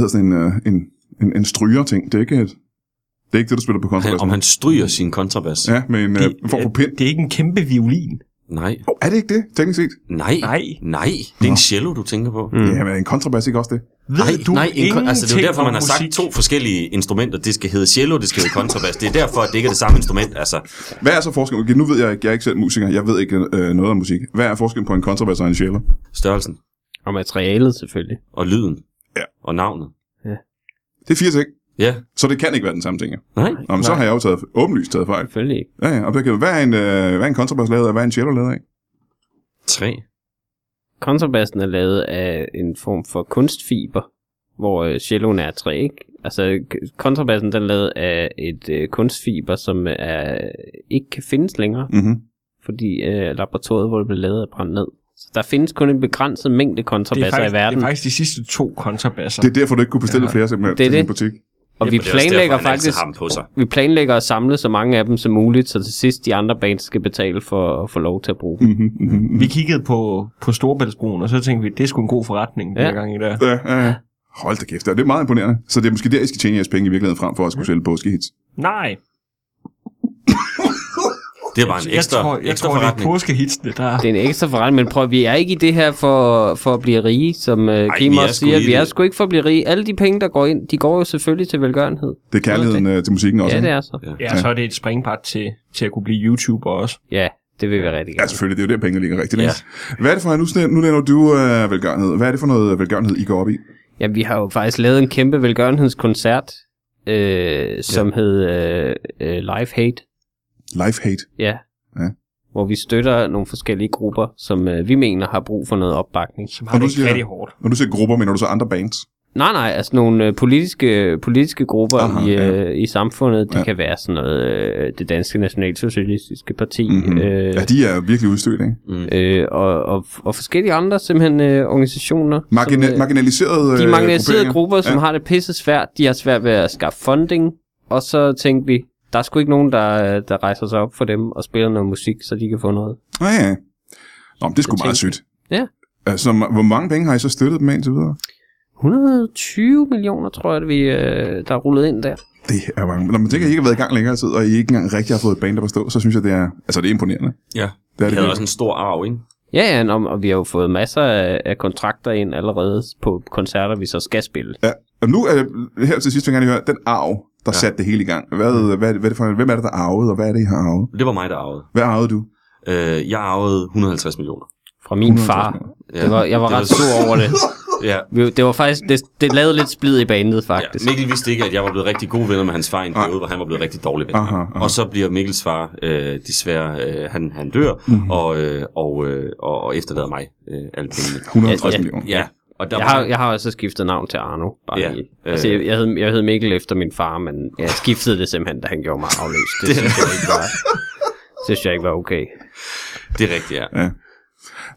Speaker 1: hedder sådan en, øh, en, en, en stryger-ting. Det er ikke et, det er ikke det, du spiller på
Speaker 3: Han,
Speaker 1: kontrabas.
Speaker 3: om han stryger sin kontrabas?
Speaker 1: Ja, med en, øh, en form for pind.
Speaker 2: det er ikke en kæmpe violin.
Speaker 3: Nej,
Speaker 1: Oh, er det ikke det, teknisk set?
Speaker 3: nej,
Speaker 2: Nej.
Speaker 3: nej. Det er en cello, du tænker på.
Speaker 1: Mm. Ja, men er en kontrabas ikke også det?
Speaker 2: Ved
Speaker 3: Nej,
Speaker 2: du
Speaker 3: nej, en, kon-
Speaker 2: ingenting
Speaker 3: altså det er jo derfor, man har
Speaker 2: om
Speaker 3: sagt
Speaker 2: musik?
Speaker 3: to forskellige instrumenter. Det skal hedde cello, det skal hedde kontrabas. Det er derfor, at det ikke er det samme instrument, altså.
Speaker 1: Hvad er så forskellen? Okay, nu ved jeg ikke, jeg er ikke selv musiker, jeg ved ikke øh, noget om musik. Hvad er forskellen på en kontrabas og en sjæler?
Speaker 3: Størrelsen
Speaker 4: Og materialet selvfølgelig.
Speaker 3: og lyden
Speaker 1: Ja.
Speaker 3: og navnet.
Speaker 1: Det er fire ting,
Speaker 3: Ja,
Speaker 1: så det kan ikke være den samme ting. ja.
Speaker 3: nej.
Speaker 1: Nå, men så har jeg jo taget, åbenlyst taget fejl.
Speaker 4: Selvfølgelig ikke.
Speaker 1: Ja, ja, og det kan, hvad er en, øh, hvad er en kontrabas lavet af, hvad er en cello lavet af?
Speaker 3: Tre.
Speaker 4: Kontrabassen er lavet af en form for kunstfiber, hvor øh, celloen er af træ, ikke? Altså, k- kontrabassen den er lavet af et øh, kunstfiber, som er, ikke kan findes længere,
Speaker 1: Mm-hmm.
Speaker 4: fordi øh, laboratoriet, hvor det blev lavet, er brændt ned. Så der findes kun en begrænset mængde
Speaker 2: Det er,
Speaker 4: kontrabasser
Speaker 2: faktisk,
Speaker 4: i verden,
Speaker 2: det er faktisk de sidste to kontrabasser.
Speaker 1: Det er derfor, du ikke kunne bestille ja. flere simpelthen
Speaker 4: Det er
Speaker 1: til din
Speaker 4: det.
Speaker 1: butik.
Speaker 4: og vi
Speaker 3: Og det er også
Speaker 4: planlægger
Speaker 3: derfor, han altid
Speaker 4: faktisk...
Speaker 3: har dem på sig.
Speaker 4: Vi planlægger at samle så mange af dem som muligt, så til sidst de andre bands skal betale for at få lov til at bruge dem.
Speaker 1: Mm-hmm. Mm-hmm.
Speaker 2: Vi kiggede på, på Storebæltsbroen, og så tænkte vi, det er sgu en god forretning, ja.
Speaker 4: Ja.
Speaker 2: den her gang i dag.
Speaker 1: Ja, ja, ja. Hold da kæft, ja, det er meget imponerende. Så det er måske der, I skal tjene jeres penge i virkeligheden frem for at skulle sælge påskehits.
Speaker 2: Nej,
Speaker 3: Det er bare en ekstra,
Speaker 2: jeg tror, jeg
Speaker 3: ekstra
Speaker 2: tror det er
Speaker 3: forretning.
Speaker 2: påskehitsene, der...
Speaker 4: Det er en ekstra forretning, men prøv, vi er ikke i det her for, for at blive rige, som uh,
Speaker 3: vi
Speaker 4: Kim
Speaker 3: er
Speaker 4: også
Speaker 3: sgu
Speaker 4: siger.
Speaker 3: i
Speaker 4: Vi
Speaker 3: det.
Speaker 4: er sgu ikke for at blive rige. Alle de penge, der går ind, de går jo selvfølgelig til velgørenhed.
Speaker 1: Det er kærligheden øh, til musikken også.
Speaker 4: Ja, det
Speaker 1: ikke?
Speaker 4: er så.
Speaker 3: Ja.
Speaker 2: Ja, så er det et springbræt til, til at kunne blive YouTuber også.
Speaker 4: Ja, det vil vi rigtig
Speaker 1: Ja,
Speaker 4: gerne.
Speaker 1: selvfølgelig, det er jo der, pengene ligger rigtigt.
Speaker 3: Ja.
Speaker 1: Ja. Hvad er det for, nu, sn- nu nævner du øh, velgørenhed. Hvad er det for noget velgørenhed, I går op i?
Speaker 4: Jamen, vi har jo faktisk lavet en kæmpe velgørenhedskoncert, øh, som ja. hed øh, øh, Life Hate.
Speaker 1: Life hate.
Speaker 4: Ja.
Speaker 1: Ja.
Speaker 4: Hvor vi støtter nogle forskellige grupper, som øh, vi mener har brug for noget opbakning.
Speaker 2: Som
Speaker 1: Og
Speaker 2: har
Speaker 1: nu
Speaker 2: det
Speaker 1: siger-
Speaker 2: ikke rigtig hårdt.
Speaker 1: Når du siger grupper, mener du så andre bands?
Speaker 4: Nej, nej, altså nogle øh, politiske, politiske grupper
Speaker 1: Aha,
Speaker 4: Aha, i, øh,
Speaker 1: ja.
Speaker 4: i samfundet. Det
Speaker 1: Ja.
Speaker 4: ja. kan være sådan noget, øh, det danske nationalsocialistiske parti,
Speaker 1: Mm-hmm.
Speaker 4: mm-hmm.
Speaker 1: Øh...
Speaker 4: øh,
Speaker 1: Ja, de er virkelig udstødt, ikke?
Speaker 4: øh, og, og, og forskellige andre simpelthen øh, organisationer.
Speaker 1: Margina-
Speaker 4: som, øh,
Speaker 1: marginaliserede øh,
Speaker 4: de marginaliserede
Speaker 1: grupperinger.
Speaker 4: grupper, som ja. har det pisse svært, de har svært ved at skaffe funding, og så tænkte vi, der er sgu ikke nogen, der, øh, der rejser sig op for dem og spiller noget musik, så de kan få noget.
Speaker 1: Ah, ja. Nå, men det er sgu
Speaker 4: Jeg
Speaker 1: meget sødt.
Speaker 4: tænkte- Ja.
Speaker 1: Altså, hvor mange penge har I så støttet dem med indtil videre?
Speaker 4: 120 millioner, tror jeg, at vi, øh, der er rullet ind der.
Speaker 1: Det er mange. Når man tænker, at I ikke har været i gang længere tid, og I ikke engang rigtig har fået et band op at stå, så synes jeg, det er, altså, det er imponerende. Det
Speaker 3: Ja.
Speaker 1: er
Speaker 3: Vi
Speaker 1: det
Speaker 3: havde
Speaker 1: virkelig.
Speaker 3: også en stor arv, ikke?
Speaker 4: Ja, ja, nå, men- og vi har jo fået masser af, af kontrakter ind allerede på koncerter, vi så skal spille.
Speaker 1: Ja. Og nu er det her til sidst, vil jeg gerne lige høre, den arv, der ja. satte det hele i gang. Hvad,
Speaker 3: Mm.
Speaker 1: hvad, hvad er det for, hvem er det, der arvede, og hvad er det, I har arvet?
Speaker 3: Det var mig, der arvede.
Speaker 1: Hvad arvede du?
Speaker 3: Øh, jeg arvede 150 millioner.
Speaker 4: Fra min
Speaker 1: 150
Speaker 4: far.
Speaker 1: millioner.
Speaker 3: Ja.
Speaker 4: Det var, jeg var
Speaker 3: Det
Speaker 4: ret sur over det.
Speaker 3: Ja.
Speaker 4: Vi- Det var faktisk, det, det lavede lidt splid i banet,
Speaker 3: Ja,
Speaker 4: faktisk.
Speaker 3: Mikkel vidste ikke, at jeg var blevet rigtig gode venner med hans far i en
Speaker 1: Nej.
Speaker 3: periode, hvor han var blevet rigtig dårlig venner.
Speaker 1: Aha, aha.
Speaker 3: Og så bliver Mikkels far øh, desværre, øh, han, han dør, mm. og, øh, og, øh, og, og efterlader mig øh, alle pengene.
Speaker 1: 150
Speaker 4: Ja, ja.
Speaker 1: millioner.
Speaker 3: Ja, og der
Speaker 4: Jeg
Speaker 3: var-
Speaker 4: har, jeg har også skiftet navn til Arno. Bare
Speaker 3: Ja,
Speaker 4: ja, lige. Altså,
Speaker 3: øh.
Speaker 4: jeg, jeg, hed, jeg hed Mikkel efter min far, men jeg skiftede det simpelthen, da han gjorde mig afløs. Det synes jeg ikke var, det synes jeg ikke var okay.
Speaker 3: Det er rigtigt, ja.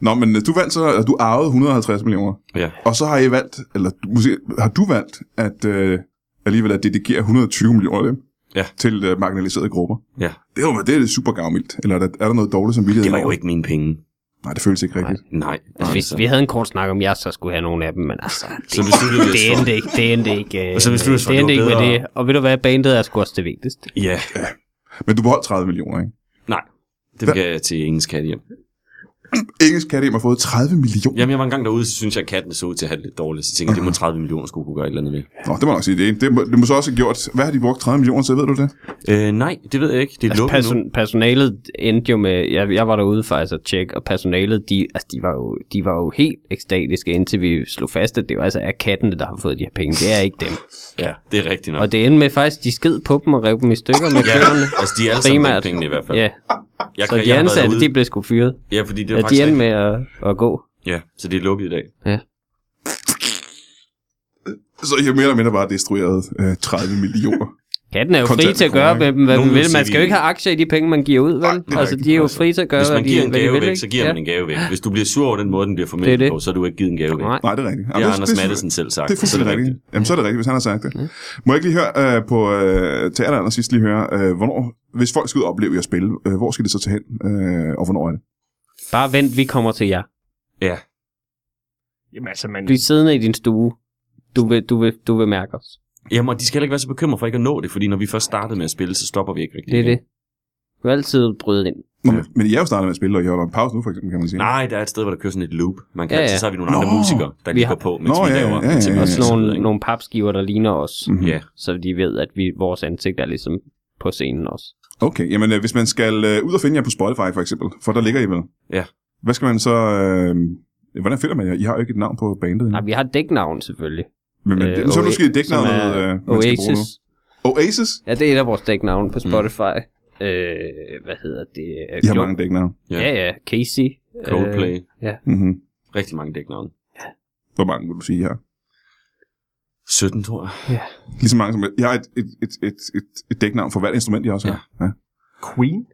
Speaker 1: Nå, men øh, du vandt så, at du arvede 150 millioner.
Speaker 3: ja.
Speaker 1: Og så har I valgt, eller du- måske har du valgt, at øh, alligevel at dedikere 120 millioner af dem
Speaker 3: Ja.
Speaker 1: til øh, marginaliserede grupper.
Speaker 3: Ja.
Speaker 1: Det er jo det er super gavmildt. Eller er der, er der noget dårligt som
Speaker 3: Det var jo ikke mine penge.
Speaker 1: Nej, det føles ikke rigtigt.
Speaker 3: Nej.
Speaker 4: Altså, vi, vi havde en kort snak om, at jeg så skulle have nogle af dem, men altså,
Speaker 3: Så besluttede vi os
Speaker 4: det
Speaker 3: for-
Speaker 4: endte ikke, det endte ikke, øh,
Speaker 3: Og så besluttede vi os for,
Speaker 4: det
Speaker 3: at det
Speaker 4: endte ikke
Speaker 3: var
Speaker 4: med
Speaker 3: bedre-
Speaker 4: det. Og ved du hvad, bandet er sgu også det vigtigste.
Speaker 3: Ja,
Speaker 1: Men du beholdt 30 millioner, ikke?
Speaker 3: nej. Det gav jeg til ingen kat hjem.
Speaker 1: Engelsk katte har fået 30 millioner.
Speaker 3: Jamen, jeg var engang derude, så synes jeg, at katten så ud til at have det lidt dårligt. Så tænkte jeg, det må 30 millioner skulle kunne gøre et eller andet ved.
Speaker 1: Nå, det må jeg nok sige. Det, er- det, må, det må så også have gjort. Hvad har de brugt 30 millioner til, ved du det?
Speaker 3: Øh, nej, det ved jeg ikke. Det er
Speaker 4: Altså,
Speaker 3: lukket nu.
Speaker 4: person, personalet endte jo med, jeg, jeg var derude faktisk at tjekke, og personalet, de, altså, de, var jo, de var jo helt ekstatiske, indtil vi slog fast, at det var altså er kattene, der har fået de her penge. Det er ikke dem.
Speaker 3: Ja, det er rigtigt nok.
Speaker 4: Og det endte med faktisk, de sked på dem og rev dem i stykker med kløerne.
Speaker 3: Altså, de er alle sammen
Speaker 4: primært.
Speaker 3: fik pengene i hvert fald.
Speaker 4: Ja,
Speaker 3: Jeg,
Speaker 4: så
Speaker 3: kan-
Speaker 4: de
Speaker 3: har været
Speaker 4: ansatte,
Speaker 3: ude-
Speaker 4: de blev sgu fyret.
Speaker 3: Ja, fordi det er
Speaker 4: Ja, de
Speaker 3: faktisk
Speaker 4: endte
Speaker 3: rigtigt.
Speaker 4: med at, at gå.
Speaker 3: Ja, så det er lukket i dag.
Speaker 4: Ja.
Speaker 1: Så jeg mere eller mindre bare destrueret øh, 30 millioner.
Speaker 4: Katten er jo fri
Speaker 1: Kontant
Speaker 4: til at gøre,
Speaker 1: kroner,
Speaker 4: hvad, hvad
Speaker 3: Nogen
Speaker 4: den
Speaker 3: vil
Speaker 4: vil. Man
Speaker 3: sige-
Speaker 4: skal jo ikke have aktier i de penge, man giver ud, vel?
Speaker 1: Nej, det er
Speaker 4: altså,
Speaker 1: rigtigt.
Speaker 4: de er jo fri til at gøre,
Speaker 3: Hvis
Speaker 4: hvad
Speaker 3: man
Speaker 4: de,
Speaker 3: giver en
Speaker 4: hvad de
Speaker 3: gave
Speaker 4: vil,
Speaker 3: væk,
Speaker 4: ikke?
Speaker 3: så giver
Speaker 4: ja. Ah.
Speaker 3: man en gave væk. Hvis du bliver sur over den måde, den bliver
Speaker 4: Det er
Speaker 3: formidlet
Speaker 4: det.
Speaker 3: på, så har du ikke givet en gave væk.
Speaker 4: Nej.
Speaker 1: Nej, det er rigtigt.
Speaker 3: Det har
Speaker 1: det-
Speaker 3: Anders
Speaker 1: det-
Speaker 3: Matthesen selv sagt.
Speaker 1: Det er fuldstændig
Speaker 3: så
Speaker 1: rigtigt. Jamen, så er det rigtigt, hvis han har sagt det. Må jeg ikke lige høre øh, på øh, teateret, og sidst lige høre, øh, hvornår, hvis folk skal ud og opleve jer spille, øh, hvor skal de så tage hen, øh, og hvornår er det?
Speaker 4: Bare vent, vi kommer til jer.
Speaker 3: Ja.
Speaker 2: Jamen altså, man...
Speaker 4: Bliv siddende i din stue. Du vil, du vil, du vil mærke os.
Speaker 3: Jamen, og de skal heller ikke være så bekymrede for ikke at nå det, fordi når vi først startede med at spille, så stopper vi ikke rigtig.
Speaker 4: Det er det. Du kan altid bryde ind.
Speaker 1: Nå, men, men I er jo startet med at spille, og I holder en pause nu, for eksempel, kan man sige.
Speaker 3: Nej, der er et sted, hvor der kører sådan et loop. Man kan
Speaker 4: Ja,
Speaker 3: ja, ja.
Speaker 4: ja.
Speaker 3: Så har vi nogle
Speaker 1: Nå.
Speaker 3: andre musikere, der
Speaker 4: Vi
Speaker 3: kan
Speaker 4: har-
Speaker 3: gå på, mens
Speaker 1: Nå,
Speaker 3: vi
Speaker 1: ja,
Speaker 3: laver
Speaker 1: ja, ja,
Speaker 3: ting
Speaker 1: ja.
Speaker 3: og
Speaker 4: Også
Speaker 3: så videre,
Speaker 4: nogle,
Speaker 3: ikke?
Speaker 4: nogle papskiver, der ligner os.
Speaker 1: Mhm.
Speaker 3: Ja.
Speaker 4: Så de ved, at vi, vores ansigt er ligesom på scenen også.
Speaker 1: Okay, jamen øh, hvis man skal øh, ud og finde jer på Spotify for eksempel, for der ligger I vel?
Speaker 3: Ja.
Speaker 1: Hvad skal man så... Øh, hvordan finder man jer? I har jo ikke et navn på bandet endnu.
Speaker 4: Nej, vi har et dæknavn selvfølgelig.
Speaker 1: Mm. Men, men øh, så er du
Speaker 4: Oa-
Speaker 1: måske dække noget,
Speaker 4: som er
Speaker 1: øh, man skal bruge nu.
Speaker 4: Oasis.
Speaker 1: Oasis?
Speaker 4: Ja, det er et af vores dæknavn på Spotify. Mm. Øh, hvad hedder det?
Speaker 1: I har
Speaker 4: Glo-
Speaker 1: mange dæknavne.
Speaker 4: Ja, ja. Casey.
Speaker 3: Coldplay.
Speaker 4: Øh,
Speaker 1: Mm-hmm.
Speaker 3: Rigtig mange dæknavne.
Speaker 1: Hvor mange vil du sige, I har?
Speaker 3: 17, tror jeg.
Speaker 1: Lige så mange som... Jeg har et, et, et, et, et, et dæknavn for hvert instrument, jeg også har. Ja. ja.
Speaker 2: Queen?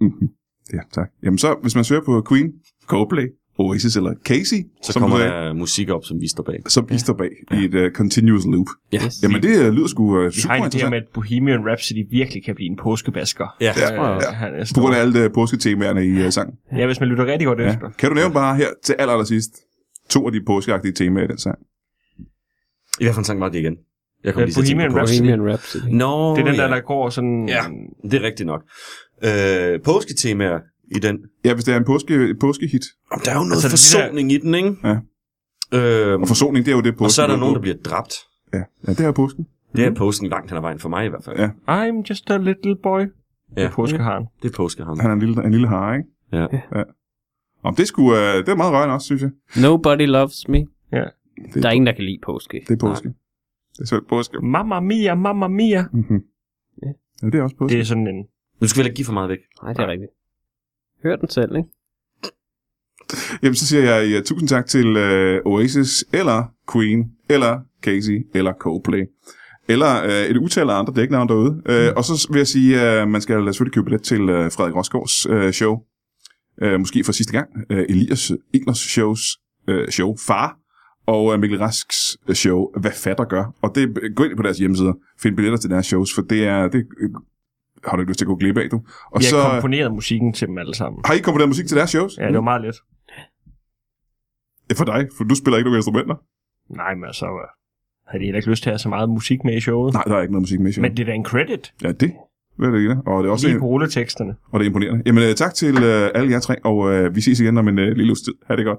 Speaker 1: Mm-hmm. Ja, tak. Jamen så, hvis man søger på Queen, Coldplay, Oasis eller Casey,
Speaker 3: Så
Speaker 1: som
Speaker 3: kommer
Speaker 1: du sagde,
Speaker 3: der musik op, som vi står bag.
Speaker 1: så bliver der bag i et uh, continuous loop.
Speaker 3: Ja.
Speaker 4: Yes.
Speaker 1: Jamen det øh, lyder sgu uh,
Speaker 2: Vi har
Speaker 1: super
Speaker 2: en idé om,
Speaker 1: interessant.
Speaker 2: at Bohemian Rhapsody virkelig kan blive en påskebasker.
Speaker 3: Ja.
Speaker 1: Ja,
Speaker 2: Øh,
Speaker 1: ja.
Speaker 2: han er
Speaker 1: På grund
Speaker 2: stor.
Speaker 1: af alle øh, påsketemaerne i uh, sangen.
Speaker 2: Ja, hvis man lytter rigtig godt
Speaker 1: Ja.
Speaker 2: efter.
Speaker 1: Kan du nævne bare her til aller, aller sidst, to af de påskeagtige temaer i den sang?
Speaker 3: I hvert fald sang var det igen. Jeg
Speaker 2: Ja,
Speaker 3: kom lige til at tænke
Speaker 2: Bohemian
Speaker 3: på
Speaker 2: Rhapsody.
Speaker 3: Bohemian
Speaker 4: Bohemian Rhapsody.
Speaker 3: Nå,
Speaker 2: Det er den
Speaker 3: ja.
Speaker 2: der, der går sådan...
Speaker 3: Ja. Det er rigtigt nok. Øh, påsketemaer i den.
Speaker 1: Ja, hvis det er en påske, påskehit.
Speaker 3: Om der er jo noget
Speaker 2: Altså,
Speaker 3: altså,
Speaker 2: det er de
Speaker 3: forsoning i den, ikke?
Speaker 1: Ja.
Speaker 3: Øhm,
Speaker 1: Og forsoning, det er jo det påske.
Speaker 3: og så er der
Speaker 1: går
Speaker 3: nogen,
Speaker 1: på.
Speaker 3: der bliver dræbt.
Speaker 1: Ja, ja det er påsken.
Speaker 3: Det er påsken langt hen ad vejen for mig i hvert fald.
Speaker 1: Ja.
Speaker 2: I'm just a little boy. Ja.
Speaker 3: Ja.
Speaker 2: Det er påskeharen.
Speaker 3: Det er påskeharen.
Speaker 1: Han er en lille, en lille hare, ikke?
Speaker 3: Ja.
Speaker 1: Om det, skulle, uh, det er meget rørende også, synes jeg.
Speaker 4: Nobody loves me.
Speaker 1: Det,
Speaker 4: Der er ingen, der kan lide påske.
Speaker 1: det er påske. Det er selvfølgelig påske.
Speaker 2: Mamma mia, mamma mia.
Speaker 1: Mm-hmm.
Speaker 4: Ja.
Speaker 1: Ja, det er også påske.
Speaker 2: Det er sådan en...
Speaker 3: Nu skal vi heller ikke give for meget væk.
Speaker 4: Nej, det er rigtigt. Hør den selv, ikke?
Speaker 1: Jamen, så siger jeg ja, tusind tak til øh, Oasis, eller Queen, eller Casey, eller Coldplay. Eller øh, et utal af andre dæknavne derude. Øh, og så vil jeg sige, at øh, man skal selvfølgelig købe billet til øh, Frederik Rosgaards øh, show. Øh, måske for sidste gang. Øh, Elias Englers shows, øh, show Far. Og øh, Mikkel Rasks show Hvad fatter gør. Og det, øh, gå ind på deres hjemmesider. Find billetter til deres shows, for det er... Det, øh, har du ikke lyst til at gå glip af, du. Og
Speaker 2: Vi
Speaker 1: så
Speaker 2: har komponeret musikken til dem alle sammen.
Speaker 1: har I komponeret musik til deres shows?
Speaker 2: Ja, det var meget let.
Speaker 1: Ja, for dig, for du spiller ikke nogen instrumenter.
Speaker 2: Nej, men så øh, havde de heller ikke lyst til at have så meget musik med i showet.
Speaker 1: Nej, der er ikke noget musik med. siger
Speaker 2: Men
Speaker 1: han.
Speaker 2: det er da en credit,
Speaker 1: Ja, det ved jeg ikke. Og det er også
Speaker 2: lige på rulleteksterne.
Speaker 1: og det er imponerende. Jamen, øh, tak til øh, alle jer tre, og øh, vi ses igen om en øh, lille uges tid. Ha' det godt.